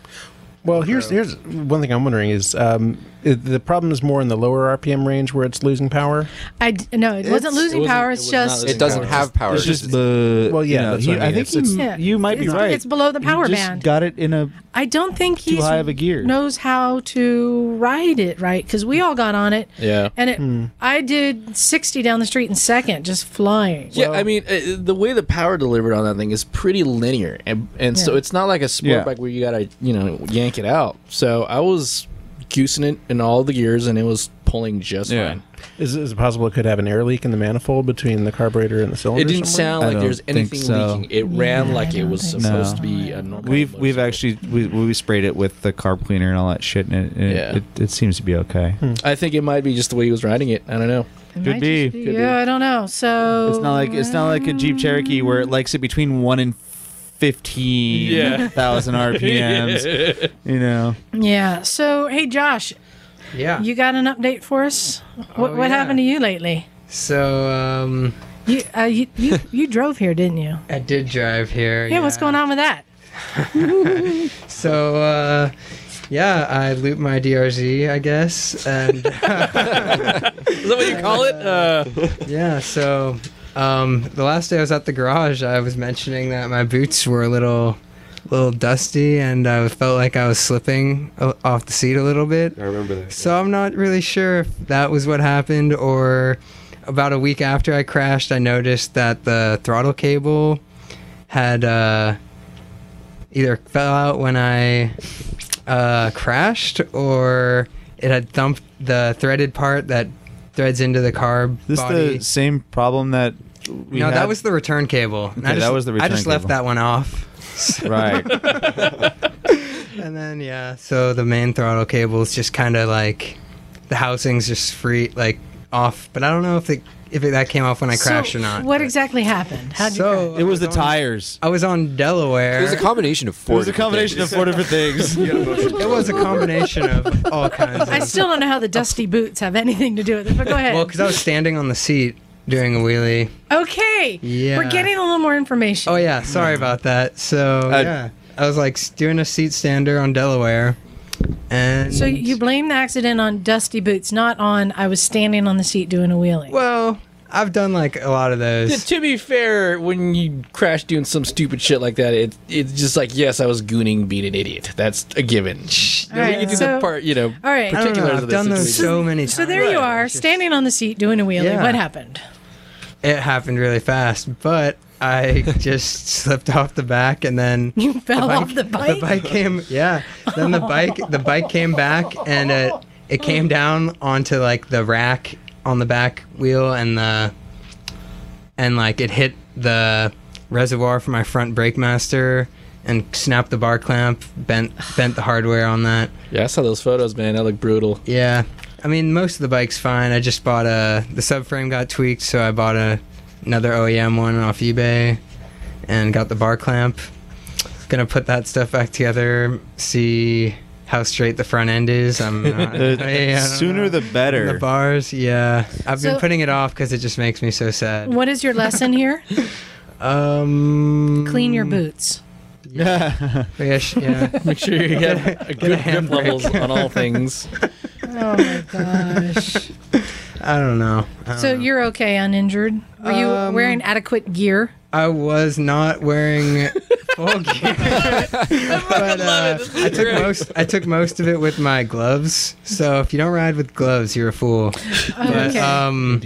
Speaker 3: Well, here's here's one thing I'm wondering is um, i- the problem is more in the lower RPM range where it's losing power.
Speaker 1: I d- no, it wasn't losing
Speaker 4: wasn't-
Speaker 1: power.
Speaker 4: it
Speaker 1: It's
Speaker 4: was not
Speaker 1: just
Speaker 4: losing
Speaker 5: It doesn't
Speaker 4: Power.
Speaker 5: have power.
Speaker 2: It's just the
Speaker 3: Well, yeah,
Speaker 2: you know,
Speaker 3: that's
Speaker 2: he-
Speaker 3: what I mean.
Speaker 2: think
Speaker 3: It's- it's-
Speaker 2: you,
Speaker 1: Yeah.
Speaker 2: you might be
Speaker 1: It's-
Speaker 2: right.
Speaker 1: it's below the power
Speaker 2: you just
Speaker 1: band.
Speaker 2: Got it in a
Speaker 1: I don't think he's
Speaker 2: high of a gear.
Speaker 1: knows how to ride it right because we all got on it.
Speaker 4: Yeah.
Speaker 1: and it
Speaker 2: Hmm.
Speaker 1: I did sixty down the street in second, just flying.
Speaker 4: Yeah, I mean, uh, the way the power delivered on that thing is pretty linear, and and so
Speaker 1: Yeah.
Speaker 4: it's not like a sport
Speaker 2: Yeah.
Speaker 4: bike where you gotta you know yank it out. So I was goosing it in all the gears, and it was pulling just
Speaker 2: Yeah.
Speaker 4: fine.
Speaker 3: Is, is it possible it could have an air leak in the manifold between the carburetor and the cylinder?
Speaker 4: It didn't
Speaker 3: somewhere?
Speaker 4: sound
Speaker 2: I
Speaker 4: like
Speaker 2: don't
Speaker 4: there's
Speaker 2: think
Speaker 4: anything
Speaker 2: so.
Speaker 4: leaking. It ran
Speaker 1: Yeah,
Speaker 4: like
Speaker 1: I
Speaker 4: it
Speaker 1: don't
Speaker 4: was
Speaker 1: think
Speaker 4: supposed
Speaker 2: so.
Speaker 4: to be a normal.
Speaker 2: We've
Speaker 4: motorcycle.
Speaker 2: we've actually we, we sprayed it with the carb cleaner and all that shit, and it it,
Speaker 4: Yeah.
Speaker 2: it, it seems to be okay.
Speaker 3: Hmm.
Speaker 1: Hmm.
Speaker 4: I think it might be just the way he was riding it. I don't know.
Speaker 1: It
Speaker 2: Could
Speaker 1: might
Speaker 2: be.
Speaker 1: just
Speaker 4: Could be.
Speaker 1: yeah, I don't know. So
Speaker 2: It's not like it's not like a Jeep Cherokee where it likes it between one and fifteen
Speaker 1: <laughs>
Speaker 2: thousand RPMs. You know,
Speaker 1: yeah. So hey, Josh,
Speaker 6: Yeah.
Speaker 1: you got an update for us? What
Speaker 6: Oh,
Speaker 1: what
Speaker 6: yeah.
Speaker 1: happened to you lately?
Speaker 6: So um,
Speaker 1: You uh, you, you you drove here, didn't you?
Speaker 6: I did drive here.
Speaker 1: Yeah. What's going on with that?
Speaker 6: So uh, yeah, I looped my DRZ, I
Speaker 4: <laughs>
Speaker 6: guess, and
Speaker 4: Is that what you call it? Uh,
Speaker 6: yeah. So um, the last day I was at the garage, I was mentioning that my boots were a little, little dusty, and I felt like I was slipping o- off the seat a little bit.
Speaker 7: I remember that.
Speaker 6: So I'm not really sure if that was what happened or about a week after I crashed, I noticed that the throttle cable had uh, either fell out when I uh, crashed or it had thumped the threaded part that threads into the carb
Speaker 2: This
Speaker 6: body.
Speaker 2: the same problem that we
Speaker 6: no,
Speaker 2: had?
Speaker 6: that was the return cable. And I
Speaker 2: Okay,
Speaker 6: just,
Speaker 2: that was the
Speaker 6: I
Speaker 2: return
Speaker 6: just left
Speaker 2: cable.
Speaker 6: that one off.
Speaker 1: <laughs>
Speaker 2: right.
Speaker 6: And then yeah, so the main throttle cable is just kind of like the housing's just free like off, but I don't know if it if it, that came off when I crashed
Speaker 1: so
Speaker 6: or not.
Speaker 1: What
Speaker 6: but-
Speaker 1: exactly happened? How'd you
Speaker 6: So
Speaker 1: crash?
Speaker 2: It was the
Speaker 6: on-
Speaker 2: tires.
Speaker 6: I was on Delaware.
Speaker 5: It was a combination of
Speaker 2: It
Speaker 5: four.
Speaker 2: was a
Speaker 5: different
Speaker 2: combination of
Speaker 5: things.
Speaker 2: four different
Speaker 6: <laughs>
Speaker 2: things.
Speaker 6: It was a combination of all kinds.
Speaker 1: <laughs>
Speaker 6: Of,
Speaker 1: I still don't know how the dusty boots have anything to do with it, but go ahead.
Speaker 6: uh, <laughs> well, because I was standing on the seat doing a wheelie.
Speaker 1: okay.
Speaker 6: Yeah.
Speaker 1: We're getting a little more information.
Speaker 6: Oh yeah, sorry
Speaker 2: Mm.
Speaker 6: about that. So
Speaker 2: Uh,
Speaker 6: yeah, I was like s- doing a seat stander on Delaware, and
Speaker 1: So you blame the accident on dusty boots, not on I was standing on the seat doing a wheelie.
Speaker 6: well, I've done like a lot of
Speaker 4: Yeah,
Speaker 6: those.
Speaker 4: to be fair, when you crash doing some stupid shit like that, it, it's just like, yes, I was gooning being an idiot. That's a given.
Speaker 1: All
Speaker 4: Now, we
Speaker 1: right,
Speaker 4: can do
Speaker 1: so-
Speaker 4: the part, you know,
Speaker 1: All right.
Speaker 6: I don't know.
Speaker 4: particulars
Speaker 6: I've
Speaker 4: of this
Speaker 6: done those
Speaker 4: situation.
Speaker 6: so many times.
Speaker 1: So there you are, standing on the seat doing a wheelie.
Speaker 6: Yeah.
Speaker 1: What happened? <laughs>
Speaker 6: it happened really fast, but <laughs> I just slipped off the back and then
Speaker 1: You fell off the bike.
Speaker 6: The bike came, yeah. Then the bike, the bike came back and it it came down onto like the rack on the back wheel and the and like it hit the reservoir for my front brake master and snapped the bar clamp, bent bent the hardware on that.
Speaker 4: Yeah, I saw those photos, man. That looked brutal.
Speaker 6: Yeah. I mean, most of the bike's fine. I just bought a the subframe got tweaked, so I bought a another OEM one off eBay and got the bar clamp. Gonna put that stuff back together, see how straight the front end
Speaker 2: <laughs>
Speaker 6: is. I'm not, <laughs> I
Speaker 2: The
Speaker 6: don't know.
Speaker 2: sooner the better.
Speaker 6: the bars, yeah. I've
Speaker 1: So-
Speaker 6: been putting it off because it just makes me so sad.
Speaker 1: What is your lesson <laughs> here?
Speaker 6: Um,
Speaker 1: Clean your boots.
Speaker 6: yeah,
Speaker 1: <laughs>
Speaker 6: sh- yeah.
Speaker 4: Make sure you <laughs> get a
Speaker 6: a
Speaker 4: good grip
Speaker 6: handbrake.
Speaker 4: levels on all things.
Speaker 1: Oh my gosh.
Speaker 6: I don't know. I don't
Speaker 1: so
Speaker 6: know.
Speaker 1: you're okay, uninjured. Were you
Speaker 6: Um,
Speaker 1: wearing adequate gear?
Speaker 6: I was not wearing full gear. but, uh, I took most I took most of it with my gloves. So if you don't ride with gloves, you're a fool. But,
Speaker 1: okay.
Speaker 6: um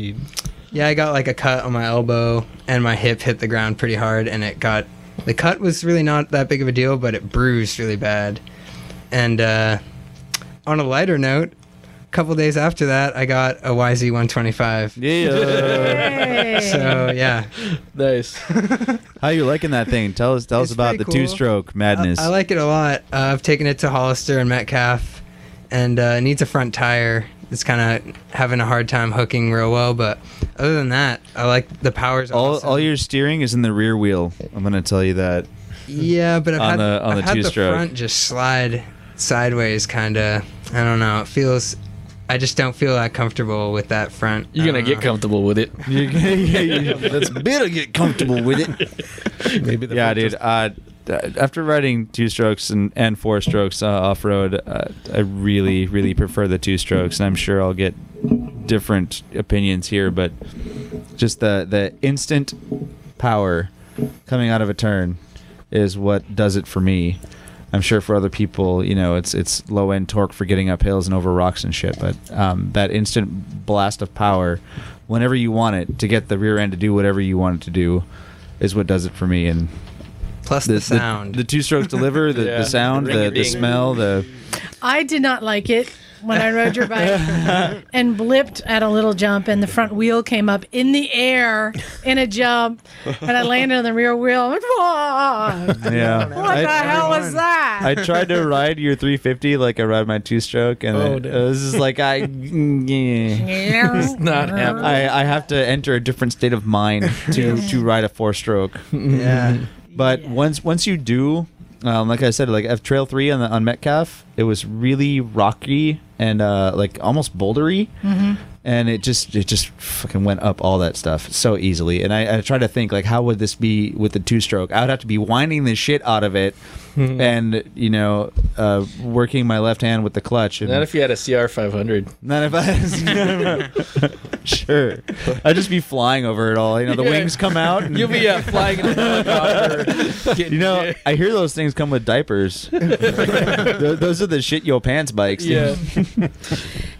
Speaker 6: yeah, I got like a cut on my elbow and my hip hit the ground pretty hard and it got the cut was really not that big of a deal, but it bruised really bad. And uh, on a lighter note, a couple days after that, I got a YZ125. <laughs>
Speaker 2: yeah.
Speaker 1: Hey.
Speaker 6: So yeah,
Speaker 4: Nice.
Speaker 2: How you liking that thing? Tell us. Tell us
Speaker 6: It's
Speaker 2: about the
Speaker 6: pretty cool.
Speaker 2: two-stroke madness.
Speaker 6: I, I like it a lot. Uh, I've taken it to Hollister and Metcalf, and uh, it needs a front tire. It's kind of having a hard time hooking real well, but other than that, I like the powers.
Speaker 2: all,
Speaker 6: awesome.
Speaker 2: all your steering is in the rear wheel. I'm gonna tell you
Speaker 6: <laughs>
Speaker 2: that.
Speaker 6: yeah, but I've
Speaker 2: on
Speaker 6: had
Speaker 2: the- on
Speaker 6: I've
Speaker 2: the
Speaker 6: had
Speaker 2: two-stroke.
Speaker 6: front just slide sideways, kind of. I don't know. It feels. I just don't feel that comfortable with that front. uh,
Speaker 4: You're
Speaker 6: I
Speaker 4: gonna
Speaker 6: don't
Speaker 4: get
Speaker 6: know.
Speaker 4: comfortable with it. <laughs>
Speaker 2: You- yeah, you- <laughs> That's better get comfortable with it.
Speaker 3: Maybe the
Speaker 2: yeah,
Speaker 3: front
Speaker 2: dude. Uh, th- after riding two strokes and, and four strokes uh, off road, uh, I really, really prefer the two strokes, and I'm sure I'll get different opinions here, but just the the instant power coming out of a turn is what does it for me. I'm sure for other people, you know, it's it's low end torque for getting up hills and over rocks and shit, but um, that instant blast of power, whenever you want it, to get the rear end to do whatever you want it to do, is what does it for me. And
Speaker 6: plus the, sound.
Speaker 2: the, two strokes deliver the,
Speaker 4: Yeah.
Speaker 2: the sound, the, the
Speaker 4: Ring-a-ding.
Speaker 2: smell, <laughs> the
Speaker 1: I did not like it when I rode your bike and blipped at a little jump, and the front wheel came up in the air in a jump, and I landed on the rear wheel. What
Speaker 2: yeah.
Speaker 1: the
Speaker 2: I-
Speaker 1: hell was that?
Speaker 2: I tried to ride your 350 like I ride my two stroke, and
Speaker 4: Oh,
Speaker 2: it,
Speaker 4: dude.
Speaker 2: it was just like I, <laughs> yeah.
Speaker 1: it's
Speaker 4: not happening.
Speaker 2: I, I have to enter a different state of mind to to ride a four stroke. <laughs>
Speaker 6: yeah.
Speaker 2: But
Speaker 1: Yeah.
Speaker 2: once once you do, um, like I said, like F Trail Three on the, on Metcalf, it was really rocky and uh, like almost bouldery, and it just it just fucking went up all that stuff so easily. And I, I try to think like how would this be with the two stroke? I would have to be winding the shit out of it,
Speaker 4: Mm-hmm.
Speaker 2: and you know, uh, working my left hand with the clutch. And
Speaker 4: Not if you had a CR 500.
Speaker 2: not if
Speaker 4: <laughs>
Speaker 2: I. <laughs> sure, I'd just be flying over it all. You know, the
Speaker 4: Yeah.
Speaker 2: wings come out. And,
Speaker 4: You'll be uh, flying in a helicopter. getting-
Speaker 2: you know, I hear those things come with diapers. Th- those are the shit your pants
Speaker 4: <laughs>
Speaker 2: bikes.
Speaker 4: yeah.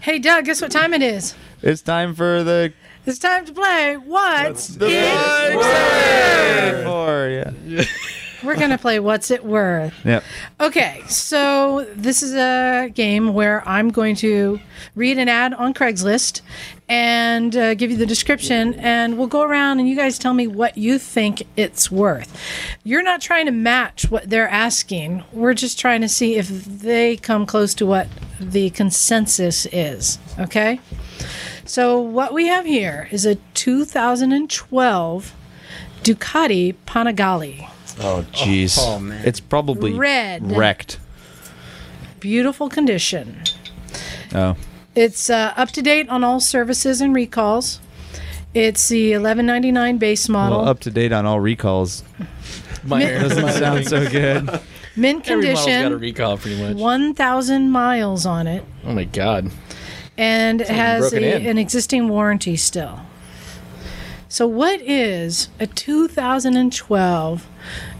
Speaker 1: Hey, Doug, guess what time it is?
Speaker 2: It's time for the
Speaker 1: It's time to play What's It's
Speaker 2: It's
Speaker 1: Word?
Speaker 2: Four, yeah.
Speaker 1: We're gonna play What's It Worth.
Speaker 2: Yep.
Speaker 1: Okay, so this is a game where I'm going to read an ad on Craigslist and uh, give you the description, and we'll go around and you guys tell me what you think it's worth. You're not trying to match what they're asking, we're just trying to see if they come close to what the consensus is, okay? So, what we have here is a 2012 Ducati Panigale.
Speaker 2: Oh jeez.
Speaker 6: Oh, man.
Speaker 2: It's probably
Speaker 1: Red.
Speaker 2: wrecked.
Speaker 1: Beautiful condition.
Speaker 2: Oh.
Speaker 1: It's uh, up to date on all services and recalls. It's the 1199 base model,
Speaker 2: Well, up to date on all recalls.
Speaker 4: Minor,
Speaker 2: Doesn't
Speaker 4: minor
Speaker 2: sound
Speaker 4: thing.
Speaker 2: so good.
Speaker 1: mint
Speaker 4: Every model's got a
Speaker 1: condition,
Speaker 4: recall, pretty much.
Speaker 1: 1,000 miles on it,
Speaker 4: Oh my god.
Speaker 1: and it has
Speaker 4: broken
Speaker 1: a,
Speaker 4: in.
Speaker 1: an existing warranty still. So, what is a 2012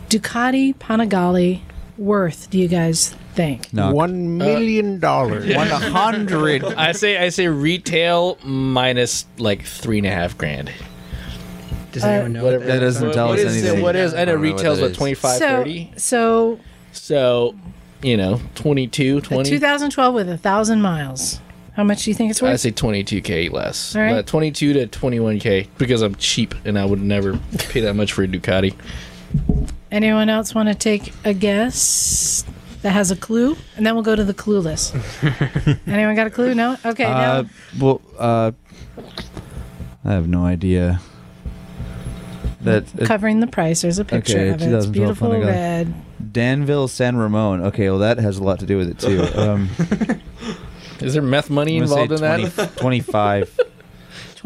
Speaker 1: Ducati Panigale worth, do you guys think?
Speaker 2: No.
Speaker 3: One million dollars.
Speaker 2: One <laughs> hundred.
Speaker 4: I say I say retail minus like three and a half grand.
Speaker 6: Does anyone know?
Speaker 4: whatever
Speaker 6: what that
Speaker 2: that
Speaker 6: is?
Speaker 2: doesn't tell
Speaker 4: what
Speaker 2: us
Speaker 4: is it?
Speaker 2: anything.
Speaker 4: What is? I know
Speaker 5: don't know what
Speaker 4: retail's
Speaker 5: that
Speaker 4: what
Speaker 5: is.
Speaker 4: twenty five
Speaker 1: So,
Speaker 4: thirty.
Speaker 1: so
Speaker 4: So, you know, 22,
Speaker 1: a
Speaker 4: 20.
Speaker 1: 2012 with a 1,000 miles. How much do you think it's
Speaker 4: I
Speaker 1: worth?
Speaker 4: say 22k less.
Speaker 1: All right.
Speaker 4: Uh, 22 to 21k because I'm cheap and I would never pay that much for a Ducati.
Speaker 1: Anyone else want to take a guess that has a clue? And then we'll go to the clueless. Anyone got a clue? No? Okay,
Speaker 2: Uh,
Speaker 1: no.
Speaker 2: well, uh, I have no idea. That uh, it-
Speaker 1: Covering the price. There's a picture
Speaker 2: Okay,
Speaker 1: of it. It's
Speaker 2: 2012
Speaker 1: beautiful
Speaker 2: Panigale.
Speaker 1: red.
Speaker 2: Danville San Ramon. Okay, well that has a lot to do with it too. Um,
Speaker 4: Is there meth money
Speaker 2: I'm gonna
Speaker 4: involved in
Speaker 2: say
Speaker 4: that?
Speaker 2: 20 Twenty-five.
Speaker 4: How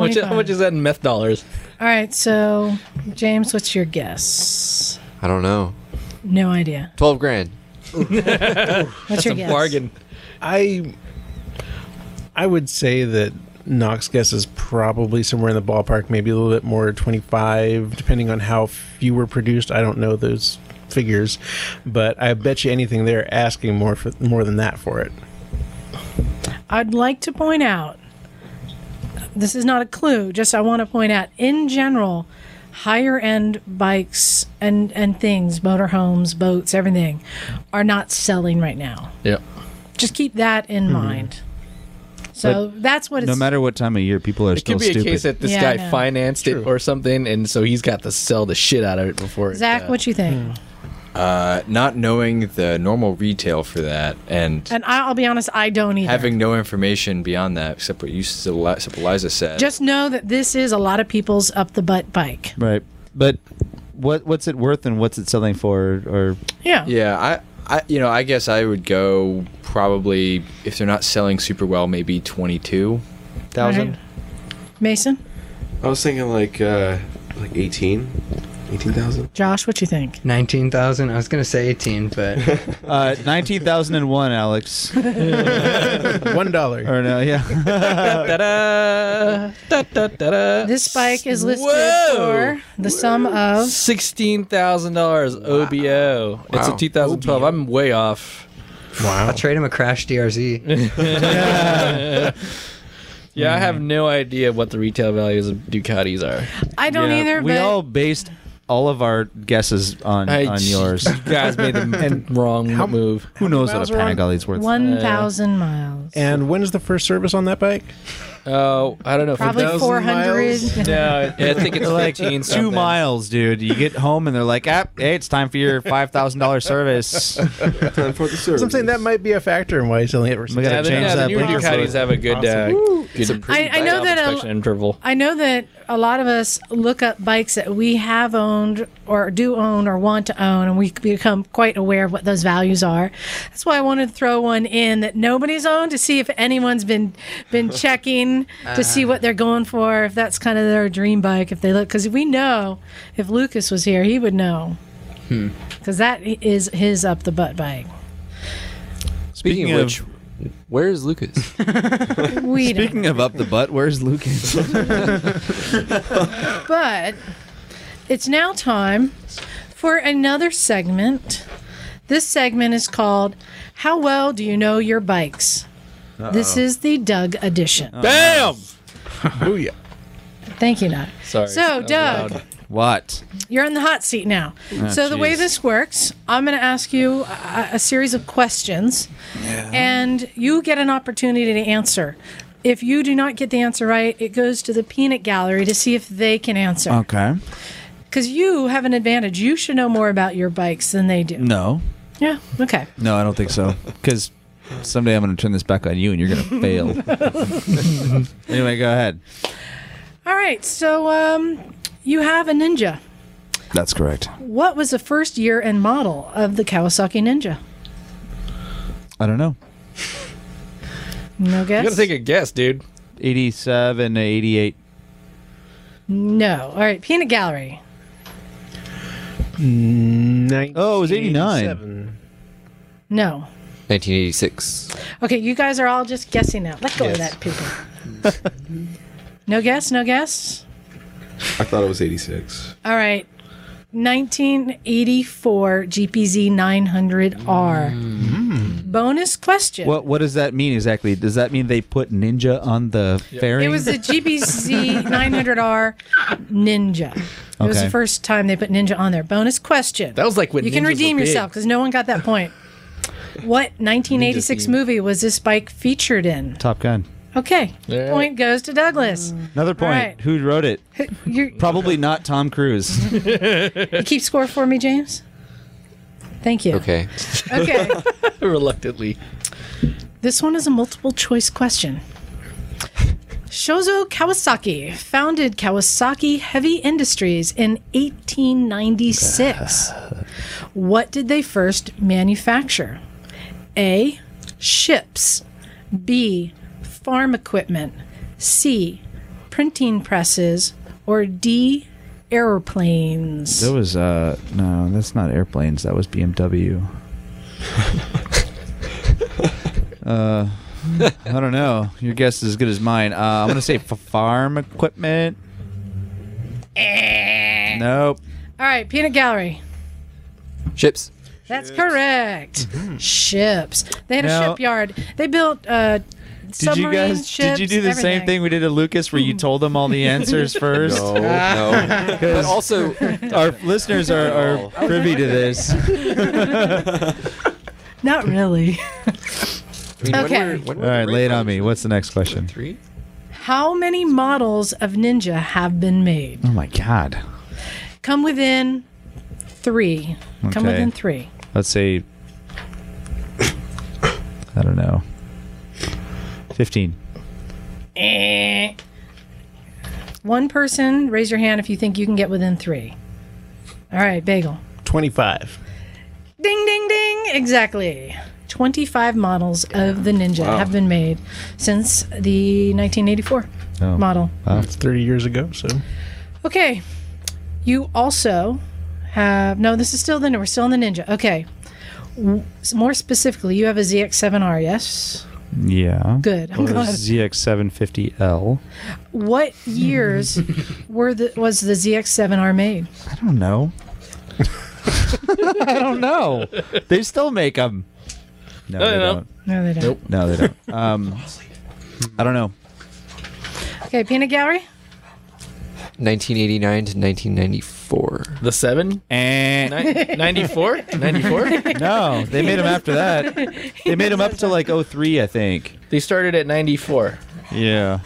Speaker 4: much- how
Speaker 1: 25.
Speaker 4: much is that in meth dollars?
Speaker 1: All right, so James, what's your guess?
Speaker 5: I don't know.
Speaker 1: No idea.
Speaker 5: Twelve grand.
Speaker 1: What's your
Speaker 4: a
Speaker 1: guess?
Speaker 4: bargain.
Speaker 3: I I would say that Knox guess is probably somewhere in the ballpark, maybe a little bit more, twenty five, depending on how few were produced. I don't know those figures, but I bet you anything they're asking more for more than that for it.
Speaker 1: I'd like to point out this is not a clue, just I want to point out in general, higher end bikes and, and things, motorhomes, boats, everything, are not selling right now.
Speaker 4: Yep.
Speaker 1: just keep that in mind. So that's what it's.
Speaker 2: Mm-hmm. no matter what time of year, people are
Speaker 4: It
Speaker 2: still
Speaker 4: could be
Speaker 2: stupid.
Speaker 4: a case that this
Speaker 1: Yeah, I know.
Speaker 4: guy financed it or something, and so he's got to sell the shit out of it before. it,
Speaker 1: Zach,
Speaker 4: uh,
Speaker 1: what you think?
Speaker 7: Uh, not knowing the normal retail for that and
Speaker 1: And I, I'll be honest, I don't either.
Speaker 7: having no information beyond that except what you except what Eliza said.
Speaker 1: just know that this is a lot of people's up the butt bike.
Speaker 2: right, but what what's it worth and what's it selling for? Or
Speaker 1: Yeah.
Speaker 7: yeah, I, I you know I guess I would go probably if they're not selling super well, maybe twenty two thousand.
Speaker 1: Right. Mason,
Speaker 8: I was thinking like uh, like 18, 18,000.
Speaker 1: Josh, what you think?
Speaker 6: 19,000? I was going to say 18, but
Speaker 4: <laughs>
Speaker 2: uh, nineteen thousand and one, Alex.
Speaker 3: One dollar.
Speaker 2: Or
Speaker 1: <laughs>
Speaker 2: no, yeah.
Speaker 4: Da-da, da-da-da-da.
Speaker 1: This bike is listed
Speaker 4: Whoa!
Speaker 1: for the sum of.
Speaker 4: Sixteen thousand dollars OBO. It's a 2012. I'm way off.
Speaker 3: Wow.
Speaker 6: I'll trade him a Crash DRZ.
Speaker 4: Yeah, I have no idea what the retail values of Ducatis are.
Speaker 1: I don't
Speaker 2: Yeah,
Speaker 1: either,
Speaker 2: We
Speaker 1: but
Speaker 2: all based all of our guesses on
Speaker 4: I-
Speaker 2: on yours.
Speaker 4: <laughs> You guys made the
Speaker 2: <laughs>
Speaker 4: wrong move.
Speaker 2: Who knows what
Speaker 3: miles
Speaker 2: a
Speaker 3: are on?
Speaker 2: Panigale's worth?
Speaker 1: one thousand miles.
Speaker 3: And when's the first service on that bike?
Speaker 4: Oh, I don't know.
Speaker 1: Probably
Speaker 4: 15,000?
Speaker 1: four hundred.
Speaker 4: No, I think it's
Speaker 2: <laughs> like
Speaker 4: 15
Speaker 2: two
Speaker 4: something.
Speaker 2: miles, dude. You get home and they're like, ah, hey, it's time for your five thousand
Speaker 4: <laughs>
Speaker 2: dollar service.
Speaker 8: Time for the service.
Speaker 3: Something that might be a factor in why he's only at
Speaker 2: We gotta
Speaker 4: Yeah, the,
Speaker 2: change
Speaker 4: yeah, the
Speaker 2: that
Speaker 4: new
Speaker 2: blinker
Speaker 4: Ducatis
Speaker 2: fluid.
Speaker 4: have a good, uh, good
Speaker 1: I- I know that a-
Speaker 4: inspection interval.
Speaker 1: I know that a lot of us look up bikes that we have owned or do own or want to own, and we become quite aware of what those values are. That's why I wanted to throw one in that nobody's owned to see if anyone's been been checking to see what they're going for, if that's kind of their dream bike, if they look. Because we know if Lucas was here, he would know. Because that is his up the butt bike.
Speaker 5: Speaking,
Speaker 2: Speaking
Speaker 5: of,
Speaker 2: of-
Speaker 5: which, where is Lucas?
Speaker 1: We don't.
Speaker 2: Speaking of up the butt, where's Lucas?
Speaker 1: <laughs> But it's now time for another segment. This segment is called How Well Do You Know Your Bikes? This is the Doug
Speaker 2: Oh.
Speaker 1: edition.
Speaker 4: Bam!
Speaker 1: Thank you, Doug.
Speaker 4: Sorry.
Speaker 1: So,
Speaker 4: That was
Speaker 1: Doug,
Speaker 4: loud. Oh,
Speaker 2: What?
Speaker 1: You're in the hot seat now. so the way
Speaker 2: geez.
Speaker 1: this works, I'm going to ask you a, a series of questions, and you get an opportunity to answer. If you do not get the answer right, it goes to the peanut gallery to see if they can answer.
Speaker 4: Oh.
Speaker 2: Okay.
Speaker 1: Because you have an advantage. You should know more about your bikes than they do.
Speaker 2: No.
Speaker 1: Yeah. Okay.
Speaker 2: No, I don't think so. Because someday I'm going to turn this back on you and you're going
Speaker 4: <laughs>
Speaker 2: to fail. anyway, go ahead.
Speaker 1: All right. So um, you have a Ninja.
Speaker 2: That's correct.
Speaker 1: What was the first year and model of the Kawasaki Ninja?
Speaker 2: I don't know.
Speaker 1: No guess.
Speaker 4: You gotta take a guess, dude.
Speaker 2: 87 to 88.
Speaker 1: no. All right. Peanut gallery.
Speaker 2: Oh, it was 89.
Speaker 3: 1987.
Speaker 1: No.
Speaker 5: 1986.
Speaker 1: Okay, you guys are all just guessing now. Let go of that paper. <laughs> no guess, no guess.
Speaker 8: I thought it was 86.
Speaker 1: All right. 1984 GPZ 900R. Bonus question.
Speaker 2: What What does that mean exactly? Does that mean they put Ninja on the fairing?
Speaker 1: it was the GPZ 900R Ninja. It was the
Speaker 2: Okay.
Speaker 1: first time they put Ninja on there. Bonus question.
Speaker 4: That was like when
Speaker 1: you can
Speaker 4: ninjas were
Speaker 1: redeem
Speaker 4: big.
Speaker 1: yourself because no one got that point.
Speaker 4: <laughs>
Speaker 1: What 1986
Speaker 4: theme.
Speaker 1: movie was this bike featured in?
Speaker 2: Top Gun.
Speaker 1: Okay,
Speaker 4: Yeah.
Speaker 1: point goes to Douglas.
Speaker 2: Another point.
Speaker 1: right.
Speaker 2: Who wrote <laughs> it?
Speaker 1: You're,
Speaker 2: Probably not Tom Cruise.
Speaker 1: Keep score for me, James. Thank you.
Speaker 5: Okay.
Speaker 4: <laughs>
Speaker 1: Okay.
Speaker 4: <laughs> Reluctantly.
Speaker 1: this one is a multiple choice question. Shozo Kawasaki founded Kawasaki Heavy Industries in 1896. What did they first manufacture? A. Ships. B. Farm equipment. C. Printing presses. Or D. Airplanes.
Speaker 2: <laughs> that was, uh, no, that's not airplanes. That was BMW. <laughs> uh, I don't know. Your guess is as good as mine. Uh, I'm going to say f- farm equipment. nope.
Speaker 1: All right, Peanut Gallery.
Speaker 5: Ships.
Speaker 1: That's correct. Ships. They had a
Speaker 2: Mm-hmm. Now-
Speaker 1: shipyard. They built uh,
Speaker 2: Did
Speaker 1: submarine
Speaker 2: you guys?
Speaker 1: ships.
Speaker 2: did you do the same
Speaker 1: everything.
Speaker 2: thing we did to Lucas, where you told them all the <laughs> answers first?
Speaker 7: No, no.
Speaker 5: But also,
Speaker 2: Our listeners are, are privy to this.
Speaker 1: Not
Speaker 2: <laughs>
Speaker 1: really.
Speaker 5: I mean, when
Speaker 1: Okay.
Speaker 5: were- when
Speaker 2: All
Speaker 5: were
Speaker 2: right,
Speaker 5: the
Speaker 2: lay it
Speaker 5: Rainbows?
Speaker 2: on me. What's the next question?
Speaker 5: Three.
Speaker 1: How many models of Ninja have been made?
Speaker 2: Oh my god.
Speaker 1: Come within three. Come
Speaker 2: Okay.
Speaker 1: within three.
Speaker 2: Let's say. I don't know. Fifteen.
Speaker 1: Eh. One person, raise your hand if you think you can get within three. All right, Bagel.
Speaker 3: 25.
Speaker 1: Ding, ding, ding. Exactly. 25 models of the Ninja have been made since the 1984
Speaker 2: Oh.
Speaker 1: model.
Speaker 3: It's 30 years ago, so.
Speaker 1: Okay. You also have no. This is still the we're still in the Ninja. Okay. W- More specifically, you have a ZX7R. Yes.
Speaker 2: Yeah.
Speaker 1: Good. I'm
Speaker 2: Or
Speaker 1: glad.
Speaker 2: ZX750L.
Speaker 1: What
Speaker 2: <laughs>
Speaker 1: years were the was the ZX7R made?
Speaker 2: I don't know. <laughs> I don't know. They still make them. No,
Speaker 4: they
Speaker 2: they
Speaker 4: don't.
Speaker 2: don't.
Speaker 1: No, they don't.
Speaker 2: No, they don't. Um, I don't know.
Speaker 1: Okay, peanut gallery.
Speaker 5: 1989 to 1994.
Speaker 4: The seven?
Speaker 2: Eh.
Speaker 4: Ni-
Speaker 1: <laughs>
Speaker 4: 94? 94?
Speaker 2: No, they made him after that. They made him up to like 03, I think.
Speaker 4: They started at 94.
Speaker 2: Yeah.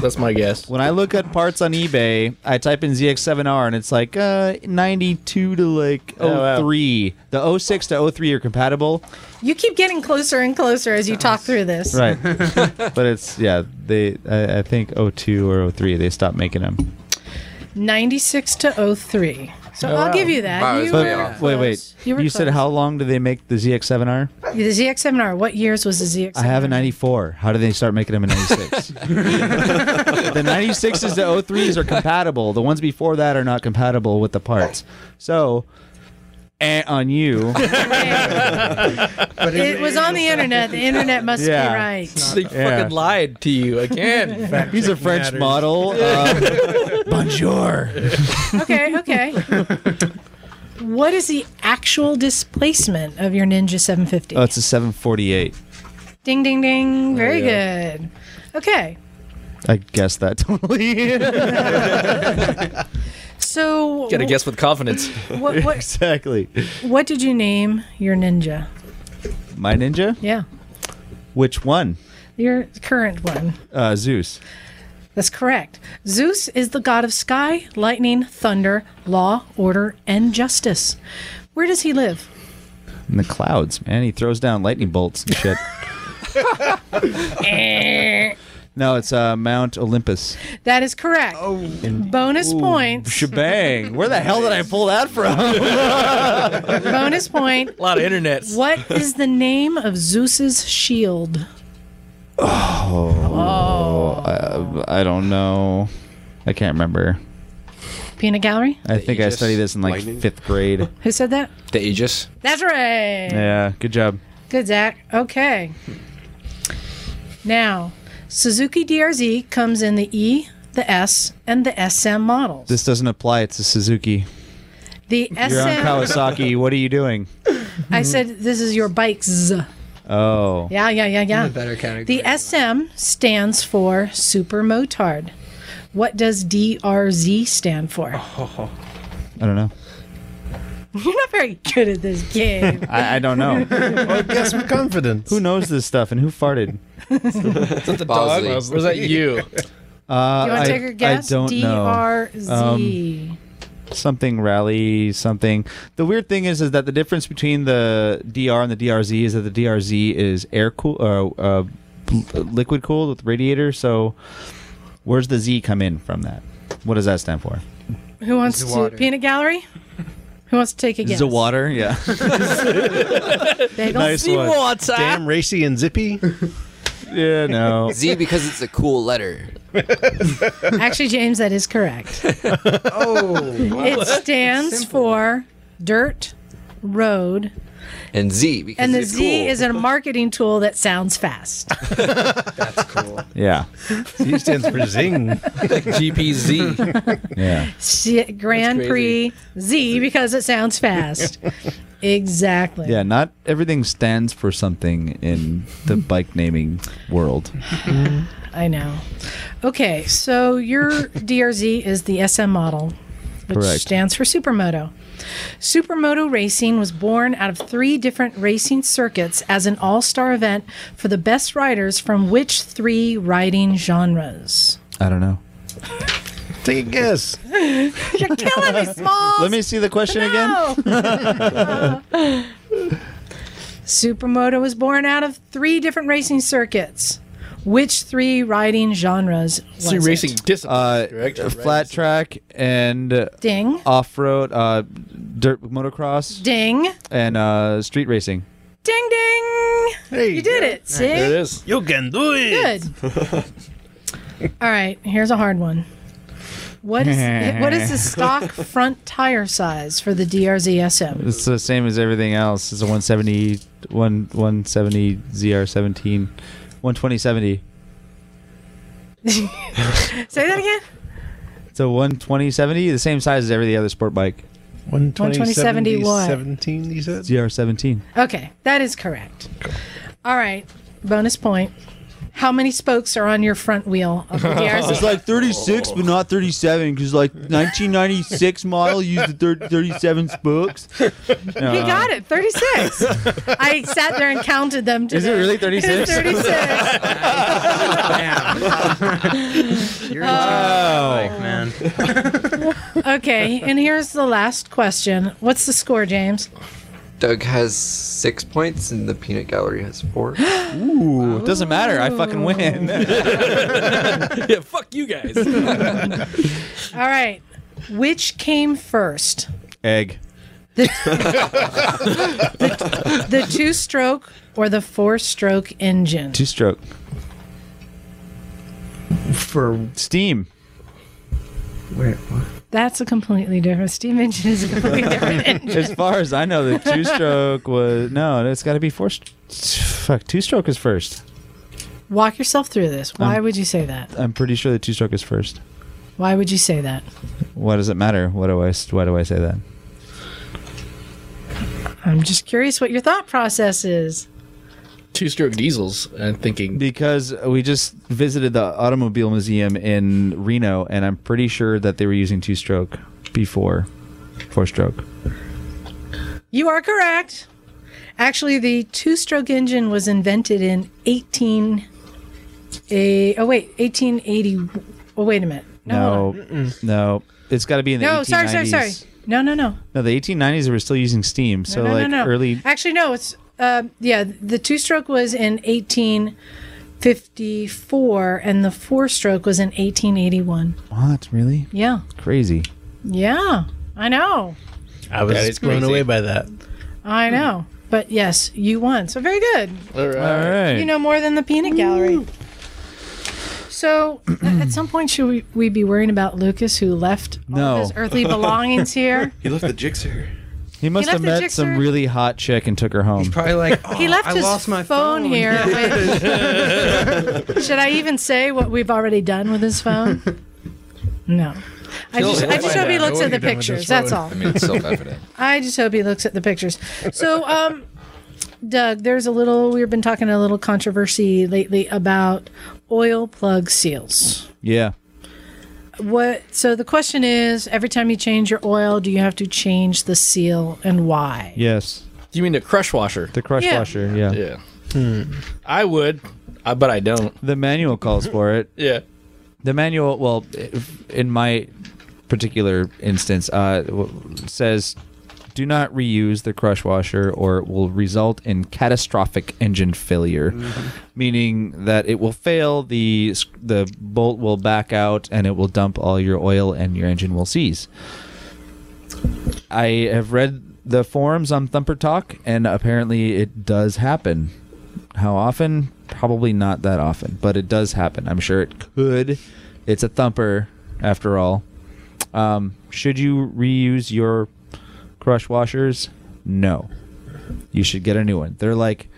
Speaker 4: That's my guess.
Speaker 2: When I look at parts on eBay, I type in ZX7R and it's like uh, 92 to like
Speaker 4: Oh, wow.
Speaker 2: 03. The 06 to 03 are compatible.
Speaker 1: You keep getting closer and closer as you talk through this.
Speaker 2: Right. <laughs> but it's, yeah, they, I, I think 02 or 03, they stopped making them.
Speaker 1: 96 to 03. So I'll give you that.
Speaker 5: Wow,
Speaker 1: you
Speaker 5: it's
Speaker 1: were
Speaker 5: way
Speaker 2: But
Speaker 5: off.
Speaker 2: wait,
Speaker 1: close.
Speaker 2: wait.
Speaker 1: You,
Speaker 2: You,
Speaker 1: were
Speaker 2: said
Speaker 1: close.
Speaker 2: how long do they make the ZX7R?
Speaker 1: The ZX7R. What years was the ZX7R?
Speaker 2: I have a 94. How do they start making them
Speaker 1: <laughs>
Speaker 2: in 96? the 96s to 03s are compatible. The ones before that are not compatible with the parts. So, eh, on you.
Speaker 1: It was on the internet. The internet must
Speaker 2: Yeah.
Speaker 1: be right.
Speaker 4: They
Speaker 2: Yeah.
Speaker 4: fucking lied to
Speaker 1: <laughs>
Speaker 4: you again.
Speaker 2: He's a French model. Uh, bonjour.
Speaker 1: Okay, okay. what is the actual displacement of your Ninja 750?
Speaker 2: Oh, it's a 748.
Speaker 1: ding, ding, ding. Very good. Okay.
Speaker 2: <laughs> I guess that totally.
Speaker 1: So,
Speaker 4: Gotta guess with confidence.
Speaker 1: What, what,
Speaker 2: exactly.
Speaker 1: what did you name your ninja?
Speaker 2: My ninja?
Speaker 1: Yeah,
Speaker 2: Which one?
Speaker 1: your current one.
Speaker 2: Uh, Zeus.
Speaker 1: That's correct. Zeus is the god of sky, lightning, thunder, law, order, and justice. Where does he live?
Speaker 2: In the clouds, man. He throws down lightning bolts and shit. no, it's uh, Mount Olympus.
Speaker 1: That is correct. bonus
Speaker 2: <laughs>
Speaker 1: points.
Speaker 2: Shebang. Where the hell did I pull that from?
Speaker 1: bonus point.
Speaker 4: A lot of internets.
Speaker 1: What is the name of Zeus's shield?
Speaker 2: Uh, I don't know. I can't remember.
Speaker 1: Peanut Gallery?
Speaker 2: I think I
Speaker 8: Aegis
Speaker 2: studied this in like
Speaker 8: lightning?
Speaker 2: fifth
Speaker 8: <laughs>
Speaker 2: grade.
Speaker 1: Who said that?
Speaker 7: The Aegis.
Speaker 1: That's right.
Speaker 2: yeah, good job.
Speaker 1: Good, Zach. Okay. Now, Suzuki DRZ comes in the E, the S, and the SM models.
Speaker 2: This doesn't apply. It's a Suzuki.
Speaker 1: the
Speaker 2: You're on
Speaker 1: SM,
Speaker 2: Kawasaki. What are you doing?
Speaker 1: I said this is your bikes.
Speaker 2: Oh.
Speaker 1: Yeah, yeah, yeah, yeah.
Speaker 6: A better category.
Speaker 1: The SM stands for Super Motard. What does DRZ stand for?
Speaker 2: I don't know.
Speaker 1: <laughs> You're not very good at this game.
Speaker 2: I, I don't know.
Speaker 3: Guess with confidence.
Speaker 2: who knows this stuff and who farted?
Speaker 5: Bosley.
Speaker 4: Was that <laughs> you?
Speaker 2: <laughs> Uh,
Speaker 1: You want
Speaker 2: I,
Speaker 1: to take a guess?
Speaker 2: I don't know. Um,
Speaker 1: DRZ.
Speaker 2: Something rally something. The weird thing is, is that the difference between the DR and the DRZ is that the DRZ is air cool, uh, uh, l- liquid cooled with radiator. So, where's the Z come in from that? What does that stand for?
Speaker 1: Who wants to
Speaker 6: Zawater.
Speaker 1: peanut gallery? Who wants to take a guess?
Speaker 2: The water, yeah.
Speaker 1: Bagel?
Speaker 2: <laughs> nice one.
Speaker 3: Damn racy and zippy.
Speaker 2: <laughs> Yeah, <laughs> no.
Speaker 5: Z because it's a cool letter.
Speaker 1: Actually, James, that is
Speaker 2: <laughs>
Speaker 1: correct.
Speaker 6: oh,
Speaker 1: It stands
Speaker 6: Simple.
Speaker 1: for dirt road,
Speaker 5: And Z because
Speaker 1: and the
Speaker 5: it's
Speaker 1: Z
Speaker 5: cool.
Speaker 1: is a marketing tool that sounds fast.
Speaker 6: that's cool.
Speaker 2: Yeah,
Speaker 3: Z stands for zing.
Speaker 4: GPZ.
Speaker 2: yeah.
Speaker 1: Sh- Grand
Speaker 4: That's
Speaker 1: Prix
Speaker 4: crazy.
Speaker 1: Z because it sounds <laughs> fast. exactly.
Speaker 2: Yeah, not everything stands for something in the bike naming world.
Speaker 1: I know. Okay, so your <laughs> DRZ is the SM model, which
Speaker 2: Correct.
Speaker 1: stands for Supermoto. Supermoto racing was born out of three different racing circuits as an all star event for the best riders from which three riding genres?
Speaker 2: I don't know.
Speaker 3: Take a guess.
Speaker 1: You're killing
Speaker 2: <laughs>
Speaker 1: me, Smalls!
Speaker 2: Let me see the question again.
Speaker 1: No. <laughs> Supermoto was born out of three different racing circuits. Which three riding genres? Was
Speaker 4: Three racing
Speaker 1: It?
Speaker 4: discipline.
Speaker 2: Uh,
Speaker 4: Correct.
Speaker 2: flat track and
Speaker 1: Ding,
Speaker 2: off road, uh, dirt motocross,
Speaker 1: ding,
Speaker 2: and uh, street racing.
Speaker 1: ding, ding.
Speaker 3: Hey,
Speaker 1: You did it. See?
Speaker 4: there it is.
Speaker 3: You can do it.
Speaker 1: Good.
Speaker 4: <laughs>
Speaker 1: All right, here's a hard one. What is what is the stock front tire size for the DRZ SM?
Speaker 2: It's the same as everything else. It's a 170, one, 170 ZR17, 12070.
Speaker 1: Say that again.
Speaker 2: It's a 12070, the same size as every other sport bike.
Speaker 3: 120,
Speaker 1: 70,
Speaker 3: 70,
Speaker 1: what?
Speaker 3: 17, you said?
Speaker 2: ZR17.
Speaker 1: Okay, that is correct. All right, bonus point. How many spokes are on your front wheel
Speaker 2: <laughs>
Speaker 1: of the DRZ?
Speaker 2: It's like 36, but not 37, because like 1996 model used the thir- 37 <laughs> spokes.
Speaker 1: He got it,
Speaker 2: <laughs>
Speaker 1: 36. I sat there and counted them. Today.
Speaker 2: Is it
Speaker 1: <laughs>
Speaker 2: really 36? <laughs>
Speaker 1: 36.
Speaker 6: You're in
Speaker 2: Oh.
Speaker 6: charge, like, man.
Speaker 1: Uh, Okay, and here's the last question. What's the score, James?
Speaker 5: Doug has six points and the peanut gallery has
Speaker 1: <gasps>
Speaker 5: four.
Speaker 2: Ooh, it doesn't matter. I fucking win.
Speaker 4: Yeah, fuck you guys. All
Speaker 1: All right, which came first?
Speaker 2: <laughs> Egg.
Speaker 1: the two stroke or the four stroke engine?
Speaker 2: Two stroke.
Speaker 6: For
Speaker 2: Steam.
Speaker 6: wait, what?
Speaker 1: That's a completely different steam engine is a completely
Speaker 2: <laughs>
Speaker 1: different engine.
Speaker 2: As far as I know, the two stroke was. No, it's got to be four. St- fuck, two stroke is first.
Speaker 1: Walk yourself through this. Why
Speaker 2: Um,
Speaker 1: would you say that?
Speaker 2: I'm pretty sure the two stroke is first.
Speaker 1: Why would you say that?
Speaker 2: What does it matter? What do I, s- why do I say that?
Speaker 1: I'm just curious what your thought process is.
Speaker 4: Two stroke diesels. I'm thinking.
Speaker 2: Because we just visited the Automobile Museum in Reno, and I'm pretty sure that they were using two stroke. HP4, four stroke.
Speaker 1: You are correct. Actually, the two-stroke engine was invented in 18. A, oh wait, 1880. Oh wait a minute. No. hold on.
Speaker 2: No, no, it's got to be in the
Speaker 1: No,
Speaker 2: 1890s.
Speaker 1: sorry, sorry, sorry. No, no, no.
Speaker 2: No, the 1890s they were still using steam, so
Speaker 1: no, no,
Speaker 2: like
Speaker 1: no, no.
Speaker 2: early.
Speaker 1: Actually, no. It's uh, yeah. The two stroke was in 1854, and the four stroke was in 1881.
Speaker 2: What really
Speaker 1: Yeah,
Speaker 2: crazy?
Speaker 1: yeah. I know,
Speaker 3: I was blown away by that.
Speaker 1: I know. But yes, you won. So very good.
Speaker 4: All right.
Speaker 2: All right.
Speaker 1: You know more than the peanut gallery. So, a- at some point, should we, we be worrying about Lucas, who left all
Speaker 2: No.
Speaker 1: of his earthly belongings here?
Speaker 8: He left the jigsaw.
Speaker 2: he must
Speaker 1: left
Speaker 2: have
Speaker 1: the
Speaker 2: met
Speaker 1: jigsaw-
Speaker 2: some really hot chick and took her home.
Speaker 6: <laughs> Probably like oh,
Speaker 1: He left
Speaker 6: I
Speaker 1: his
Speaker 6: lost my
Speaker 1: phone, here. which- should I even say what we've already done with his phone? No. I just, I just hope he looks at the pictures. That's all.
Speaker 7: I mean, it's self-evident.
Speaker 1: I just hope he looks at the pictures. So, um, Doug, there's a little, we've been talking a little controversy lately about oil plug seals.
Speaker 2: yeah.
Speaker 1: What? So the question is, every time you change your oil, do you have to change the seal and why?
Speaker 2: Yes.
Speaker 4: You mean the crush washer? Hmm.
Speaker 2: The crush
Speaker 1: Yeah.
Speaker 2: washer. Yeah.
Speaker 4: Yeah. I would, I, but I don't.
Speaker 2: The manual calls for
Speaker 1: <laughs>
Speaker 2: it.
Speaker 4: Yeah.
Speaker 2: The manual, well, if- in my particular instance, uh, w- says do not reuse the crush washer or it will result in catastrophic engine failure,
Speaker 1: Mm-hmm.
Speaker 2: meaning that it will fail, the, s- the bolt will back out, and it will dump all your oil and your engine will seize. I have read the forums on Thumper Talk, and apparently it does happen. How often? Probably not that often, but it does happen. I'm sure it could. It's a thumper, after all. Um, should you reuse your crush washers? No. You should get a new one. They're like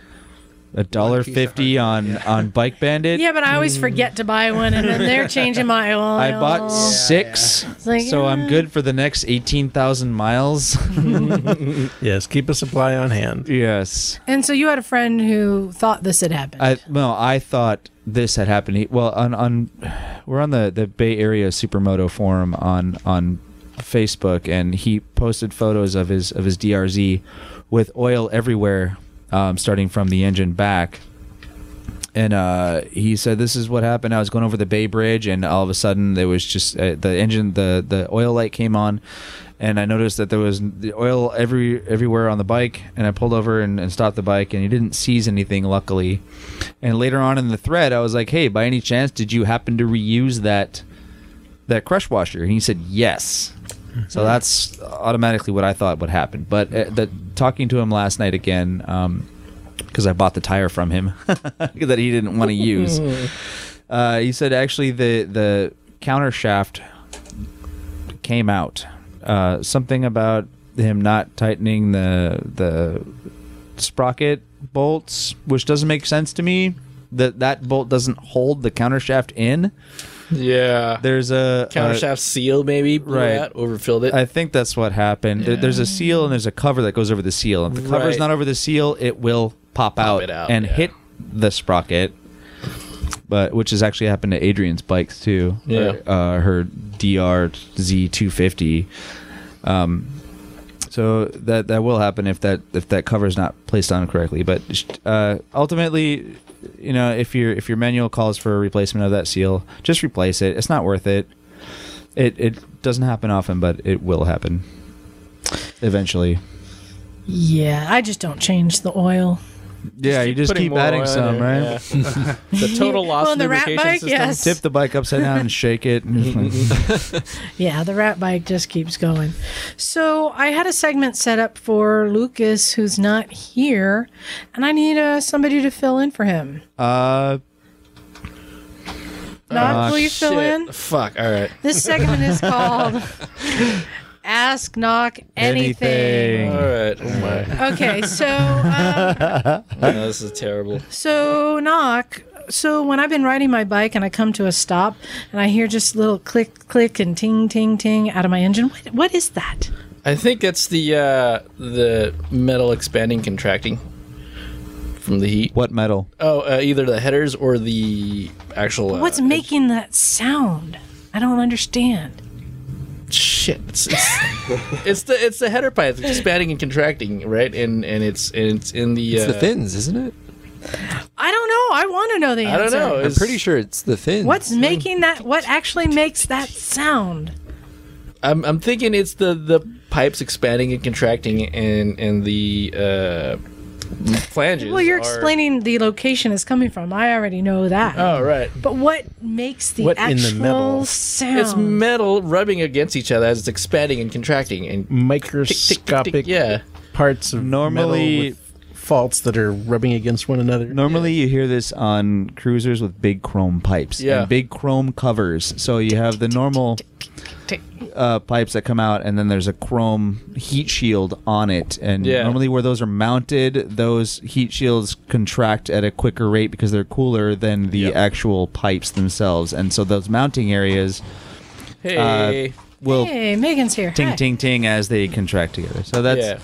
Speaker 2: a dollar fifty on <laughs> on Bike Bandit.
Speaker 1: Yeah, but I always forget to buy one, and then they're changing my oil.
Speaker 2: I bought six,
Speaker 1: like, uh.
Speaker 2: so I'm
Speaker 1: yeah.
Speaker 2: good for the next eighteen thousand miles. <laughs>
Speaker 3: Yes, keep a supply on hand.
Speaker 2: yes.
Speaker 1: And so you had a friend who thought this had happened.
Speaker 2: I well, I thought this had happened. He- Well, on on we're on the the Bay Area Supermoto forum on on Facebook, and he posted photos of his of his DRZ with oil everywhere, um, starting from the engine back. And uh, he said, "This is what happened. I was going over the Bay Bridge, and all of a sudden there was just uh, the engine, the the oil light came on, and I noticed that there was the oil every everywhere on the bike. And I pulled over and, and stopped the bike, and he didn't seize anything, luckily. And later on in the thread, I was like, "Hey, by any chance, did you happen to reuse that that crush washer?" And he said, "Yes." So that's automatically what I thought would happen. But uh, the, talking to him last night again, um, because I bought the tire from him <laughs> that he didn't want
Speaker 4: <laughs>
Speaker 2: to use, uh, he said actually the the counter shaft came out. Uh, something about him not tightening the the sprocket bolts, which doesn't make sense to me. That that bolt doesn't hold the countershaft in.
Speaker 4: Yeah.
Speaker 2: There's a
Speaker 4: Countershaft
Speaker 2: a-
Speaker 4: seal, maybe. blew
Speaker 2: right.
Speaker 4: out, overfilled it.
Speaker 2: I think that's what happened. There- There's a seal and there's a cover that goes over the seal. If the cover's
Speaker 4: Right.
Speaker 2: not over the seal, it will pop, out,
Speaker 4: it out,
Speaker 2: and
Speaker 4: yeah.
Speaker 2: hit the sprocket. But which has actually happened to Adrian's bikes too.
Speaker 4: Yeah.
Speaker 2: Her, uh, her DRZ 250. Um, So that that will happen if that if that cover is not placed on correctly. But uh, ultimately, you know, if your if your manual calls for a replacement of that seal, just replace it. It's not worth it. It it doesn't happen often, but it will happen eventually.
Speaker 1: yeah, I just don't change the oil.
Speaker 2: Yeah, you just
Speaker 4: Putting
Speaker 2: keep
Speaker 4: more oil
Speaker 2: adding
Speaker 4: in
Speaker 2: some,
Speaker 4: it,
Speaker 2: right?
Speaker 4: yeah. <laughs> the total loss
Speaker 1: Well,
Speaker 4: of
Speaker 1: the rat
Speaker 4: lubrication
Speaker 1: bike,
Speaker 4: system.
Speaker 1: yes.
Speaker 2: Tip the bike upside down and
Speaker 4: <laughs>
Speaker 2: shake it. <laughs>
Speaker 1: Yeah, the rat bike just keeps going. So I had a segment set up for Lucas, who's not here, and I need uh, somebody to fill in for him.
Speaker 2: uh, Ah,
Speaker 1: Not will you fill
Speaker 4: Shit.
Speaker 1: in?
Speaker 4: Fuck. All right.
Speaker 1: This segment is called Ask Knock Anything.
Speaker 2: Anything.
Speaker 4: All right. Oh my.
Speaker 1: Okay, so um,
Speaker 4: No, this is terrible.
Speaker 1: So knock. So when I've been riding my bike and I come to a stop and I hear just little click, click, and ting, ting, ting out of my engine, what, what is that?
Speaker 4: I think that's the uh, the metal expanding, contracting from the heat.
Speaker 2: what metal?
Speaker 4: Oh, uh, either the headers or the actual. Uh,
Speaker 1: What's making that sound? I don't understand.
Speaker 4: shit. It's, it's, <laughs> it's the it's the header pipe. It's expanding and contracting, right? And and it's and it's in the.
Speaker 5: It's
Speaker 4: uh,
Speaker 5: the fins, isn't it?
Speaker 1: I don't know. I want to know the
Speaker 4: I
Speaker 1: answer.
Speaker 4: don't know.
Speaker 5: I'm
Speaker 4: It's-
Speaker 5: pretty sure it's the fins.
Speaker 1: What's making that? What actually makes that sound?
Speaker 4: I'm I'm thinking it's the the pipes expanding and contracting, and and the uh, flanges.
Speaker 1: Well, you're
Speaker 4: are-
Speaker 1: explaining the location it's coming from. I already know that.
Speaker 4: Oh right.
Speaker 1: but what makes the
Speaker 3: What in the
Speaker 1: actual
Speaker 3: metal?
Speaker 1: sound?
Speaker 4: It's metal rubbing against each other as it's expanding and contracting, and tick, tick,
Speaker 3: Microscopic
Speaker 4: tick, <laughs> yeah.
Speaker 3: parts of
Speaker 2: Normally-
Speaker 3: metal with faults that are rubbing against one another.
Speaker 2: Normally, you hear this on cruisers with big chrome pipes
Speaker 4: Yeah.
Speaker 2: and big chrome covers. So you have the normal uh, pipes that come out, and then there's a chrome heat shield on it. And
Speaker 4: Yeah.
Speaker 2: normally, where those are mounted, those heat shields contract at a quicker rate because they're cooler than the actual pipes themselves. And so those mounting areas
Speaker 5: Uh,
Speaker 4: Hey.
Speaker 2: will
Speaker 1: hey, Megan's here.
Speaker 2: ting
Speaker 1: Hi.
Speaker 2: ting ting as they contract together. So that's
Speaker 4: yeah.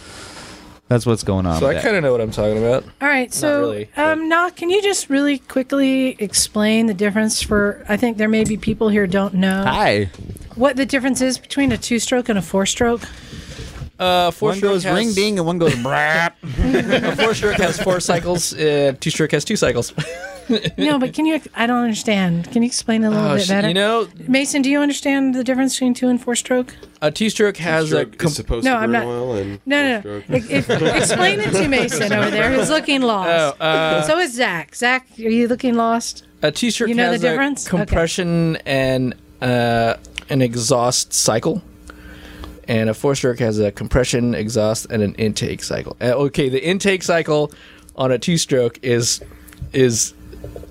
Speaker 2: that's what's going on.
Speaker 4: So
Speaker 2: with
Speaker 4: I
Speaker 2: that.
Speaker 4: kind of know what I'm talking about.
Speaker 1: All right, so
Speaker 4: really,
Speaker 1: um, now can you just really quickly explain the difference for? I think there may be people here don't know
Speaker 2: Hi.
Speaker 1: what the difference is between a two-stroke and a four-stroke.
Speaker 4: Uh, four
Speaker 2: One
Speaker 4: stroke
Speaker 2: goes
Speaker 4: has,
Speaker 2: ring ding and one goes brap.
Speaker 4: A four stroke has <laughs> four cycles. Uh, two stroke has two cycles.
Speaker 1: no, but can you? I don't understand. Can you explain a little
Speaker 4: Oh,
Speaker 1: bit
Speaker 4: sh-
Speaker 1: better?
Speaker 4: you know,
Speaker 1: Mason, do you understand the difference between two and four-stroke?
Speaker 4: a two stroke has
Speaker 8: Sure,
Speaker 4: a.
Speaker 8: it's
Speaker 4: Com-
Speaker 8: supposed
Speaker 1: No,
Speaker 8: to
Speaker 1: I'm
Speaker 8: burn
Speaker 1: not-
Speaker 8: oil and
Speaker 1: No, no, no.
Speaker 8: stroke.
Speaker 1: If, explain it to Mason over there. He's looking lost.
Speaker 4: Oh, uh,
Speaker 1: so is Zach. Zach, are you looking lost?
Speaker 4: a t-shirt
Speaker 1: You know
Speaker 4: has
Speaker 1: the
Speaker 4: a
Speaker 1: difference? Okay.
Speaker 4: compression and uh, an exhaust cycle and a four stroke has a compression exhaust and an intake cycle Uh, okay the intake cycle on a two stroke is is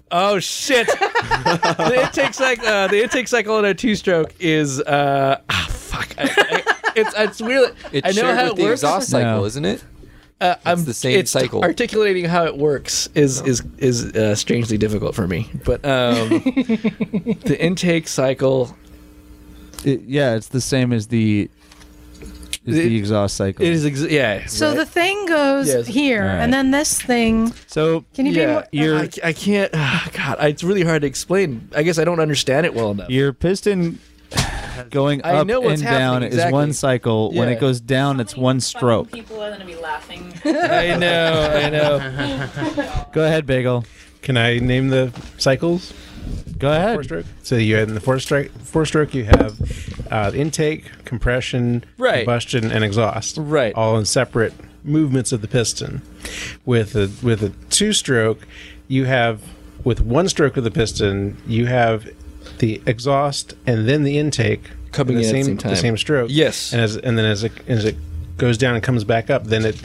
Speaker 4: oh shit <laughs> the intake cycle uh, the intake cycle on a two stroke is uh ah, fuck I, I, it's it's weird
Speaker 5: It's
Speaker 4: i know
Speaker 5: shared
Speaker 4: how
Speaker 5: with
Speaker 4: it
Speaker 5: the
Speaker 4: works
Speaker 5: exhaust cycle,
Speaker 2: No.
Speaker 5: isn't it?
Speaker 4: uh, I'm,
Speaker 5: the same cycle.
Speaker 4: Articulating how it works is is is uh, strangely difficult for me, but
Speaker 1: <laughs>
Speaker 4: um, the intake cycle
Speaker 2: It- yeah, it's the same as the is
Speaker 4: It-
Speaker 2: the exhaust cycle.
Speaker 4: it is ex- yeah.
Speaker 1: So the thing goes
Speaker 4: Yes.
Speaker 1: here,
Speaker 2: All right.
Speaker 1: and then this thing.
Speaker 2: so
Speaker 1: Can you
Speaker 4: yeah,
Speaker 1: be more? uh,
Speaker 4: I, I can't. <sighs> ah, God, I- it's really hard to explain. I guess I don't understand it well enough.
Speaker 2: your piston going
Speaker 4: I
Speaker 2: up
Speaker 4: know what's
Speaker 2: and down
Speaker 4: happening,
Speaker 2: is
Speaker 4: exactly.
Speaker 2: one cycle. When
Speaker 4: Yeah.
Speaker 2: it goes down, it's one stroke.
Speaker 9: People are going to be
Speaker 2: <laughs>
Speaker 9: laughing. <laughs>
Speaker 4: I know. I know.
Speaker 2: Go ahead, Bagel.
Speaker 3: Can I name the cycles?
Speaker 2: Go
Speaker 3: Four
Speaker 2: ahead.
Speaker 3: stroke. So you had in the four stroke, four stroke, you have uh, intake, compression,
Speaker 4: Right.
Speaker 3: combustion, and exhaust.
Speaker 4: Right.
Speaker 3: All in separate movements of the piston. With a with a two stroke, you have with one stroke of the piston, you have the exhaust and then the intake
Speaker 4: Coming
Speaker 3: in the
Speaker 4: in at the
Speaker 3: same
Speaker 4: same time.
Speaker 3: the same stroke.
Speaker 4: Yes.
Speaker 3: And as and then as it as it goes down and comes back up, then it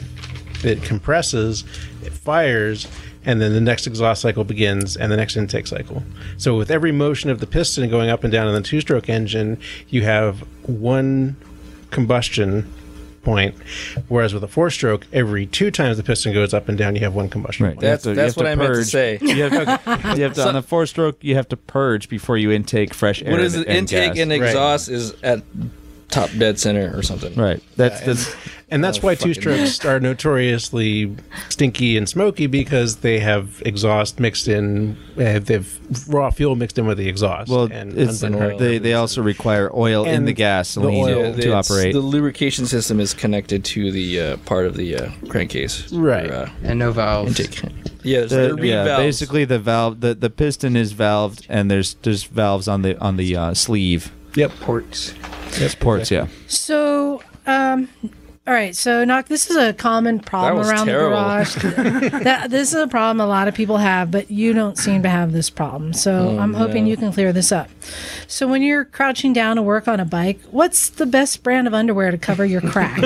Speaker 3: it compresses, it fires, and then the next exhaust cycle begins and the next intake cycle. So with every motion of the piston going up and down in the two-stroke engine, you have one combustion point, whereas with a four-stroke, every two times the piston goes up and down, you have one combustion
Speaker 2: Right.
Speaker 3: point.
Speaker 4: That's
Speaker 2: to- you
Speaker 4: that's
Speaker 2: have to
Speaker 4: what I meant to
Speaker 2: purge.
Speaker 4: say.
Speaker 2: You have, you have
Speaker 4: <laughs>
Speaker 2: to, on the four stroke, you have to purge before you intake fresh air.
Speaker 4: What is
Speaker 2: and-
Speaker 4: it? Intake
Speaker 2: gas.
Speaker 4: and exhaust is at top dead center or something.
Speaker 2: right. That's that's
Speaker 3: And
Speaker 2: Oh,
Speaker 3: that's why two
Speaker 2: <laughs>
Speaker 3: strokes are notoriously stinky and smoky because they have exhaust mixed in, uh, they've raw fuel mixed in with the exhaust.
Speaker 2: well.
Speaker 3: and
Speaker 2: It's,
Speaker 3: unburned
Speaker 2: they they also require oil in
Speaker 3: And
Speaker 2: the gasoline
Speaker 3: the oil.
Speaker 2: to
Speaker 4: it's-
Speaker 2: operate.
Speaker 4: The lubrication system is connected to the uh, part of the uh, crankcase.
Speaker 3: Right.
Speaker 4: Or, uh,
Speaker 6: <laughs> and no valves.
Speaker 4: intake. Yeah, there's
Speaker 2: The-
Speaker 4: the,
Speaker 2: yeah,
Speaker 4: valves.
Speaker 2: basically the valve the, the piston is valved and there's there's valves on the on the uh, sleeve.
Speaker 3: Yep.
Speaker 6: Ports.
Speaker 2: That's ports, yeah.
Speaker 1: So, um, all right. So, knock. This is a common problem
Speaker 4: was
Speaker 1: around
Speaker 4: terrible.
Speaker 1: the
Speaker 4: <laughs>
Speaker 1: garage. that this is a problem a lot of people have, but you don't seem to have this problem. So,
Speaker 4: Oh,
Speaker 1: I'm hoping you can clear this up. So, when you're crouching down to work on a bike, what's the best brand of underwear to cover your
Speaker 4: <laughs>
Speaker 1: crack?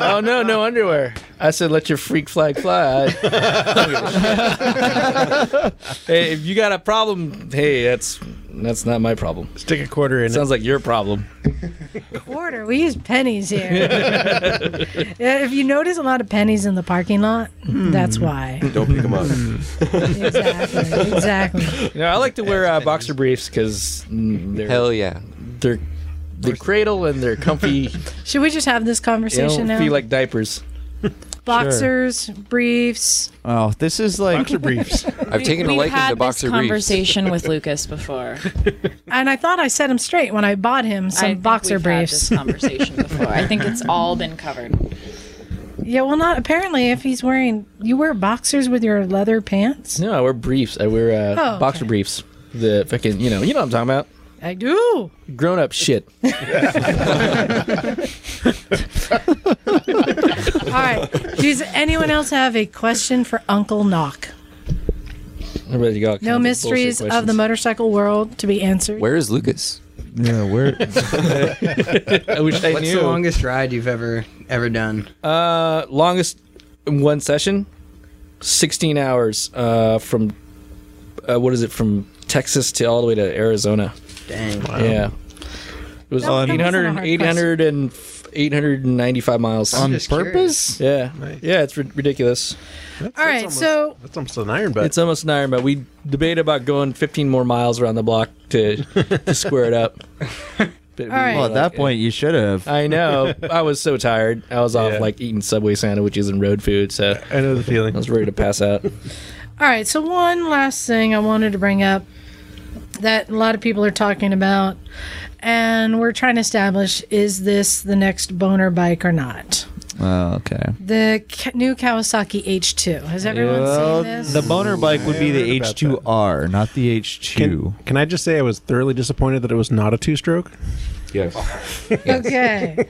Speaker 4: oh no, no underwear. I said, let your freak
Speaker 5: <laughs>
Speaker 4: flag fly. I- hey, if you got a problem, hey, that's that's not my problem.
Speaker 3: Stick a quarter in it.
Speaker 4: Sounds like your problem.
Speaker 1: Quarter. We use pennies
Speaker 4: <laughs>
Speaker 1: here. Yeah, if you notice a lot of pennies in the parking lot,
Speaker 4: Hmm.
Speaker 1: that's why.
Speaker 8: <laughs> Don't pick them up.
Speaker 1: Exactly. Exactly.
Speaker 4: You know, I like to wear uh, boxer briefs because they're
Speaker 5: Hell yeah.
Speaker 4: they're the cradle and they're comfy.
Speaker 1: Should we just have this
Speaker 4: They
Speaker 1: conversation
Speaker 4: don't
Speaker 1: now?
Speaker 4: feel like diapers.
Speaker 1: Boxers, briefs.
Speaker 2: Oh, this is like
Speaker 3: Boxer briefs.
Speaker 5: I've taken a
Speaker 9: We've
Speaker 5: liking
Speaker 9: had
Speaker 5: to
Speaker 9: this
Speaker 5: boxer briefs.
Speaker 9: conversation with Lucas before.
Speaker 1: And I thought I set him straight when I bought him
Speaker 9: I
Speaker 1: some
Speaker 9: think
Speaker 1: boxer
Speaker 9: we've Had this <laughs>
Speaker 1: briefs.
Speaker 9: conversation before. I think it's all been covered.
Speaker 1: Yeah, well, not apparently. If he's wearing, you wear boxers with your leather pants.
Speaker 4: No, I wear briefs. I wear uh,
Speaker 1: Oh, okay.
Speaker 4: boxer briefs. The fucking, you know, you know what I'm talking about.
Speaker 1: I do.
Speaker 4: Grown
Speaker 1: <laughs>
Speaker 4: up shit.
Speaker 1: All right. Does anyone else have a question for Uncle Knock?
Speaker 4: I'm ready to go.
Speaker 1: No mysteries of the motorcycle world to be answered.
Speaker 5: Where is Lucas?
Speaker 2: <laughs> Yeah,
Speaker 3: <laughs>
Speaker 2: where?
Speaker 4: I wish I
Speaker 6: What's
Speaker 4: knew.
Speaker 6: the longest ride you've ever ever done?
Speaker 4: Uh, longest in one session, sixteen hours. Uh, from uh, what is it? From Texas to all the way to Arizona.
Speaker 6: Dang.
Speaker 2: Oh.
Speaker 4: Yeah, it was
Speaker 1: That- that wasn't a
Speaker 4: 800,
Speaker 1: hard
Speaker 4: 800 and f- 895 miles.
Speaker 6: I'm
Speaker 2: on
Speaker 6: just
Speaker 2: purpose?
Speaker 4: yeah,
Speaker 3: Nice.
Speaker 4: yeah, it's ri- ridiculous.
Speaker 1: All right. so
Speaker 3: That's almost an iron butt.
Speaker 4: it's almost an Ironman. We debated about going 15 more miles around the block to, to square it
Speaker 2: <laughs>
Speaker 4: up. But we
Speaker 1: All right.
Speaker 2: Well,
Speaker 4: were
Speaker 2: at that
Speaker 4: like,
Speaker 2: point, you should
Speaker 3: Uh,
Speaker 2: have.
Speaker 4: I
Speaker 2: <laughs>
Speaker 4: know. I was so tired. I was off
Speaker 3: Yeah.
Speaker 4: like eating Subway sandwiches and road food, so
Speaker 3: I know the feeling.
Speaker 4: I was ready to pass out.
Speaker 1: All right, so one last thing I wanted to bring up that a lot of people are talking about, and we're trying to establish is this the next boner bike or not?
Speaker 2: Oh, okay.
Speaker 1: The K- new Kawasaki H2. Has everyone seen this?
Speaker 2: the boner bike would be
Speaker 3: heard
Speaker 2: the
Speaker 3: about
Speaker 2: H2R, not the H2.
Speaker 3: Can, can I just say I was thoroughly disappointed that it was not a two stroke?
Speaker 8: Yes.
Speaker 1: okay.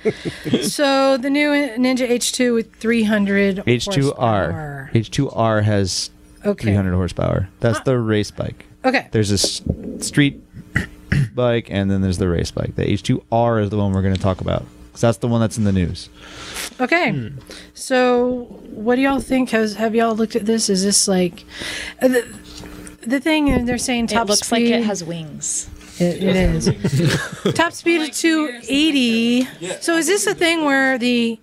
Speaker 1: so the new Ninja H2 with 300
Speaker 2: H2R.
Speaker 1: horsepower.
Speaker 2: H2R has
Speaker 1: Okay. Uh,
Speaker 2: 300 horsepower. That's the race bike.
Speaker 1: Okay.
Speaker 2: There's a s- street bike, and then there's the race bike. The H2R is the one we're going to talk about. 'cause that's the one that's in the news.
Speaker 1: Okay. So, what do y'all think? Has have y'all looked at this? Is this like uh, the, the thing uh, they're saying top
Speaker 9: it looks
Speaker 1: speed?
Speaker 9: like it has wings.
Speaker 1: It, it is. Top speed of 280. So is this a thing where the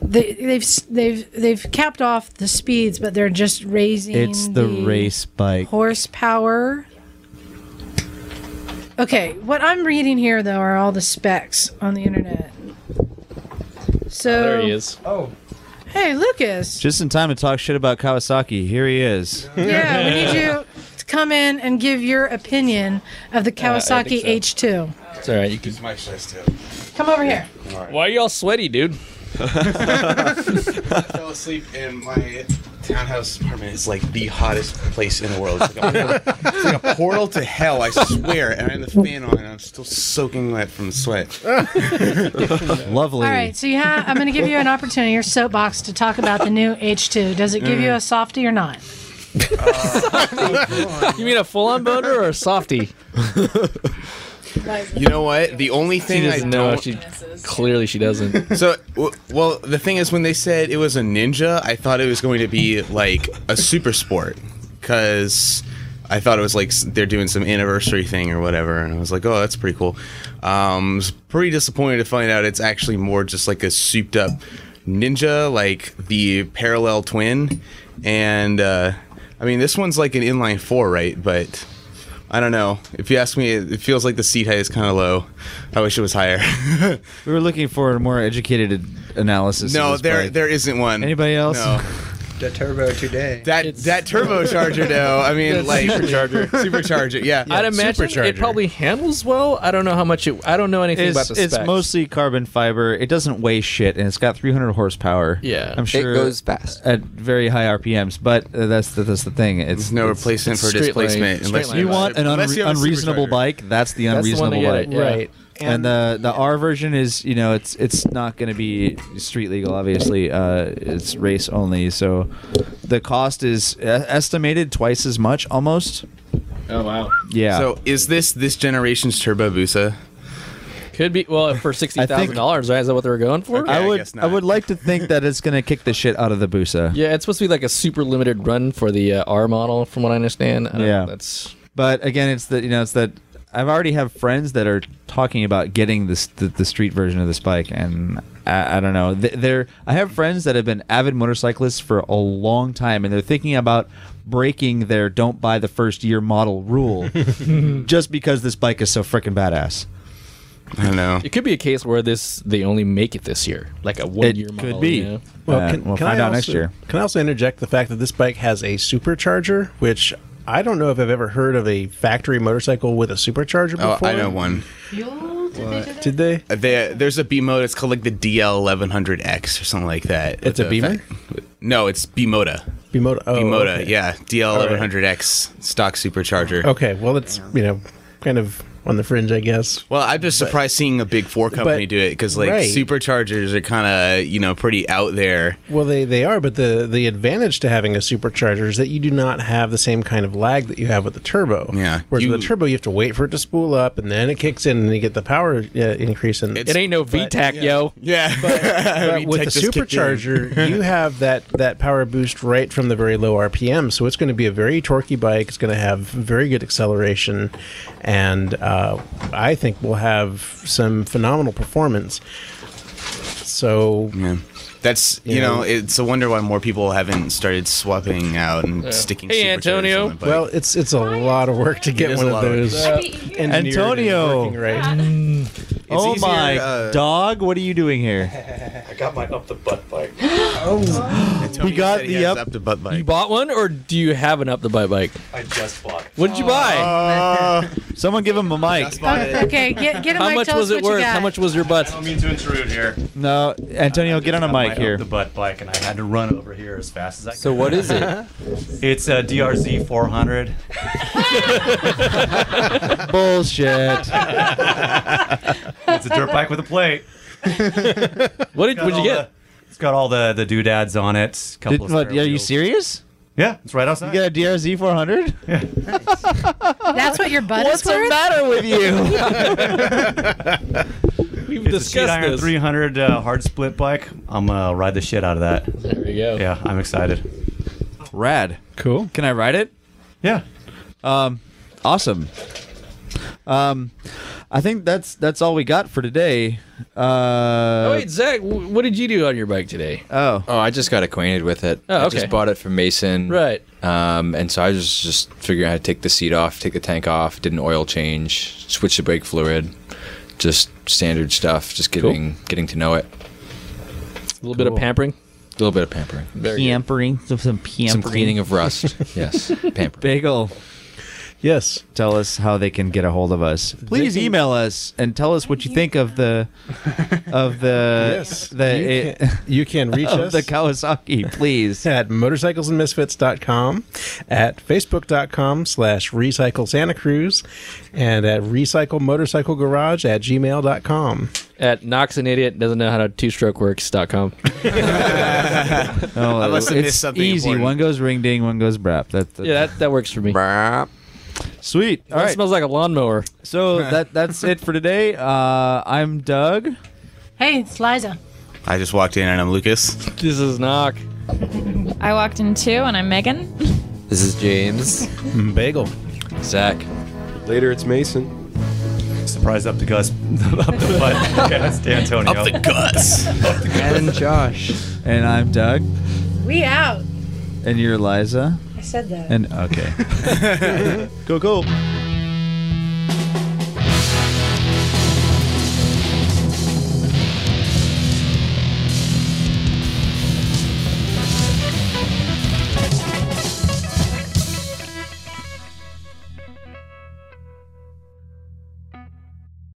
Speaker 1: they, they've s- they've they've capped off the speeds, but they're just raising
Speaker 2: It's the race bike.
Speaker 1: horsepower? Okay, what I'm reading here though are all the specs on the internet. So
Speaker 4: There he is.
Speaker 1: Hey, Lucas.
Speaker 2: Just in time to talk shit about Kawasaki. Here he is.
Speaker 1: yeah, we need you to come in and give your opinion of the Kawasaki
Speaker 4: so.
Speaker 1: H2.
Speaker 4: It's all right. You can.
Speaker 8: my chest too.
Speaker 1: Come over here.
Speaker 4: Why are y'all sweaty, dude?
Speaker 8: I fell asleep in my townhouse apartment. It's like the hottest place in the world. It's like a, it's like a portal to hell, I swear. And I had the fan on, and I'm still soaking wet from the sweat.
Speaker 2: Lovely.
Speaker 1: All right, so you have, I'm going to give you an opportunity, your soapbox, to talk about the new H2. Does it give
Speaker 4: Mm.
Speaker 1: you a softie or not?
Speaker 4: You mean a full-on boner or a softy?
Speaker 8: You know what? The only
Speaker 4: She
Speaker 8: thing I
Speaker 4: doesn't know.
Speaker 8: know.
Speaker 4: She <laughs> clearly she doesn't.
Speaker 8: So, w- well, the thing is, when they said it was a ninja, I thought it was going to be like a super sport because I thought it was like s- they're doing some anniversary thing or whatever, and I was like, oh, that's pretty cool. Um, was pretty disappointed to find out it's actually more just like a souped up ninja, like the parallel twin, and uh, I mean, this one's like an inline four, right? But I don't know. If you ask me, it it feels like the seat height is kind of low. I wish it was higher.
Speaker 2: We were looking for a more educated analysis.
Speaker 8: No,
Speaker 2: of this
Speaker 8: there
Speaker 2: bike.
Speaker 8: there isn't one.
Speaker 2: Anybody else?
Speaker 8: No.
Speaker 6: The turbo today.
Speaker 8: That that turbocharger though. I mean, like supercharger, supercharger. Yeah,
Speaker 4: I'd imagine it
Speaker 8: Supercharger.
Speaker 4: probably handles well. I don't know how much it. I don't know anything about
Speaker 2: It's,
Speaker 4: the
Speaker 2: it's
Speaker 4: specs.
Speaker 2: mostly carbon fiber. It doesn't weigh shit, and it's got 300 horsepower.
Speaker 4: Yeah.
Speaker 2: I'm
Speaker 4: It
Speaker 2: sure
Speaker 5: It goes fast.
Speaker 2: at very high RPMs. But uh, that's the, that's the thing. It's
Speaker 8: There's no
Speaker 2: it's-
Speaker 8: replacement for
Speaker 4: straight line-
Speaker 8: displacement
Speaker 4: straight
Speaker 8: unless
Speaker 4: line
Speaker 2: You want an
Speaker 8: unless
Speaker 2: unre-
Speaker 8: you have a
Speaker 2: unreasonable
Speaker 8: supercharger.
Speaker 2: bike? That's the
Speaker 4: That's the one to
Speaker 2: unreasonable
Speaker 4: get
Speaker 2: bike,
Speaker 4: it, yeah. Right.
Speaker 2: And, the the R version is you know it's it's not going to be street legal. Obviously, uh, it's race only. So the cost is e- estimated twice as much almost.
Speaker 4: Oh wow.
Speaker 2: Yeah.
Speaker 8: So is this this generation's turbo Busa?
Speaker 4: Could be. <laughs> Well, for sixty thousand dollars, right? Is that what they were going for?
Speaker 8: Yeah,
Speaker 2: I
Speaker 8: I
Speaker 2: would
Speaker 8: guess
Speaker 2: I,
Speaker 8: not.
Speaker 2: would like to think that it's going to kick the shit out of the Busa.
Speaker 4: Yeah, it's supposed to be like a super limited run for the uh, R model, from what I understand. I don't know,
Speaker 2: Yeah.
Speaker 4: that's
Speaker 2: But again, it's that you know it's that I've already have friends that are talking about getting this the, the street version of this bike, and I, I don't know. Th- They're I have friends that have been avid motorcyclists for a long time, and they're thinking about breaking their "don't buy the first year model" rule just because this bike is so freaking badass.
Speaker 8: I don't know.
Speaker 4: It could be a case where this they only make it this year, like a one
Speaker 2: It
Speaker 4: year.
Speaker 2: could
Speaker 4: model,
Speaker 2: be.
Speaker 4: you know?
Speaker 3: Well,
Speaker 2: Uh,
Speaker 3: can,
Speaker 2: we'll
Speaker 3: can
Speaker 2: find
Speaker 3: I
Speaker 2: out next
Speaker 3: also-
Speaker 2: year.
Speaker 3: Can I also interject the fact that this bike has a supercharger, which I don't know if I've ever heard of a factory motorcycle with a supercharger before.
Speaker 8: Oh, I know one.
Speaker 3: Did they?
Speaker 8: Uh, They, there's a B mode. It's called like the DL1100X or something like that.
Speaker 3: It's
Speaker 8: With
Speaker 3: a
Speaker 8: the
Speaker 3: Beamer?
Speaker 8: fa- no, it's B Moda.
Speaker 3: Bimoto. Oh,
Speaker 8: B Moda.
Speaker 3: okay. Oh.
Speaker 8: Yeah, DL1100X stock supercharger.
Speaker 3: Okay. Well, it's you know kind of on the fringe, I guess.
Speaker 8: Well, I'm just surprised seeing a big four company
Speaker 3: but-
Speaker 8: do it because like
Speaker 3: right.
Speaker 8: superchargers are kind of you know pretty out there.
Speaker 3: Well, they, they are, but the, the advantage to having a supercharger is that you do not have the same kind of lag that you have with the turbo.
Speaker 8: Yeah,
Speaker 3: Whereas
Speaker 8: you-
Speaker 3: with the turbo, you have to wait for it to spool up, and then it kicks in, and you get the power uh, increase. And
Speaker 4: It ain't no VTAC, yo.
Speaker 8: Yeah, <laughs>
Speaker 3: but with the supercharger, you have that, that power boost right from the very low RPM. So it's going to be a very torquey bike. It's going to have very good acceleration, and uh, I think we'll have some phenomenal performance. So
Speaker 8: Yeah. That's you
Speaker 3: Yeah.
Speaker 8: know it's a wonder why more people haven't started swapping out and sticking.
Speaker 4: Hey,
Speaker 8: superchargers
Speaker 4: Antonio.
Speaker 8: on the bike.
Speaker 3: Well, it's it's a lot of work to get
Speaker 8: is
Speaker 3: one
Speaker 8: a
Speaker 3: of
Speaker 8: lot of work.
Speaker 3: those. engineered and
Speaker 2: Antonio.
Speaker 3: working right.
Speaker 2: oh
Speaker 8: easier,
Speaker 2: my
Speaker 8: uh,
Speaker 2: dog! What are you doing here?
Speaker 10: I got my up the butt bike.
Speaker 8: Antonio
Speaker 2: we got
Speaker 8: said he
Speaker 2: the
Speaker 8: has
Speaker 2: up-
Speaker 8: to butt bike.
Speaker 4: You bought one, or do you have an up the butt bike?
Speaker 10: I just bought it. Uh,
Speaker 4: What did you buy?
Speaker 2: Someone give him a mic.
Speaker 1: Okay, get get a
Speaker 4: How
Speaker 1: mic.
Speaker 4: much
Speaker 1: Tell
Speaker 4: was
Speaker 1: us
Speaker 4: it
Speaker 1: what you
Speaker 4: worth?
Speaker 1: got.
Speaker 4: How much was your butt?
Speaker 10: I don't mean to intrude here.
Speaker 2: No, Antonio, get on a
Speaker 10: Got my
Speaker 2: mic here.
Speaker 10: Up the butt bike, and I had to run over here as fast as I could.
Speaker 5: So what is it?
Speaker 10: It's a DRZ 400.
Speaker 2: Bullshit.
Speaker 10: It's a dirt bike with a plate.
Speaker 4: <laughs> What did what'd you
Speaker 10: all
Speaker 4: get?
Speaker 10: the- it's got all the the doodads on it. Couple
Speaker 2: Did,
Speaker 10: of
Speaker 2: what,
Speaker 10: spare
Speaker 2: are you
Speaker 10: wheels.
Speaker 2: serious?
Speaker 10: Yeah, it's right outside.
Speaker 2: You got a DRZ 400?
Speaker 1: <laughs> That's what your butt is worth.
Speaker 2: matter with you?
Speaker 4: <laughs>
Speaker 10: it's
Speaker 4: We've
Speaker 10: a sheet
Speaker 4: discussed
Speaker 10: iron
Speaker 4: this.
Speaker 10: 300 uh, hard split bike. I'm gonna ride the shit out of that.
Speaker 4: There we go.
Speaker 10: Yeah, I'm excited.
Speaker 2: Rad.
Speaker 3: Cool.
Speaker 2: Can I ride it?
Speaker 10: Yeah,
Speaker 2: Awesome. Um, I think that's that's all we got for today. Uh,
Speaker 4: Oh, <laughs> wait, Zach, wh- what did you do on your bike today?
Speaker 5: Uh,
Speaker 2: oh,
Speaker 7: <laughs> Oh, I just got acquainted with it.
Speaker 4: Oh,
Speaker 7: I
Speaker 4: okay.
Speaker 7: just bought it from Mason.
Speaker 4: Right.
Speaker 5: uh,
Speaker 7: Um, and so I was just figuring out how to take the seat off, take the tank off, did an oil change, switched the brake fluid, just standard stuff, just getting getting to know it.
Speaker 4: A little bit of pampering.
Speaker 7: A little bit of pampering.
Speaker 2: pampering. Some, some pampering.
Speaker 7: Some cleaning of
Speaker 8: <laughs>
Speaker 7: rust. yes. Pampering.
Speaker 2: Bagel,
Speaker 3: Yes.
Speaker 2: tell us how they can get a hold of us. Please email us and tell us what you think of the of the
Speaker 3: Yes.
Speaker 2: the
Speaker 3: you, can, you can reach
Speaker 2: Uh, <laughs> of
Speaker 3: us
Speaker 2: the Kawasaki. <laughs> Please.
Speaker 3: at motorcyclesandmisfits.com, at facebook.com slash recycle Santa Cruz, and at recycle motorcycle garage at gmail.com.
Speaker 4: At Knox an idiot doesn't know how to two
Speaker 5: <laughs>
Speaker 4: stroke works.com.
Speaker 2: Oh,
Speaker 8: Unless I
Speaker 2: it's
Speaker 8: missed something
Speaker 2: easy.
Speaker 8: important.
Speaker 2: One goes ring ding, one goes brap. That, that-
Speaker 4: Yeah, that, that works for me.
Speaker 5: Brap.
Speaker 2: sweet. All
Speaker 4: that
Speaker 2: right.
Speaker 4: smells like a lawnmower.
Speaker 2: So that that's it for today. Uh, I'm Doug.
Speaker 1: Hey, it's Liza.
Speaker 8: I just walked in and I'm Lucas.
Speaker 4: This is knock.
Speaker 9: I walked in too, and I'm Megan.
Speaker 5: This is James.
Speaker 3: Bagel.
Speaker 7: Zach.
Speaker 10: Later, it's Mason. Surprise up the Gus, up the butt. Okay, that's Antonio.
Speaker 8: Up the guts.
Speaker 6: and Josh.
Speaker 2: And I'm Doug.
Speaker 1: We out.
Speaker 2: And you're Liza.
Speaker 1: I said that.
Speaker 2: And okay. go go.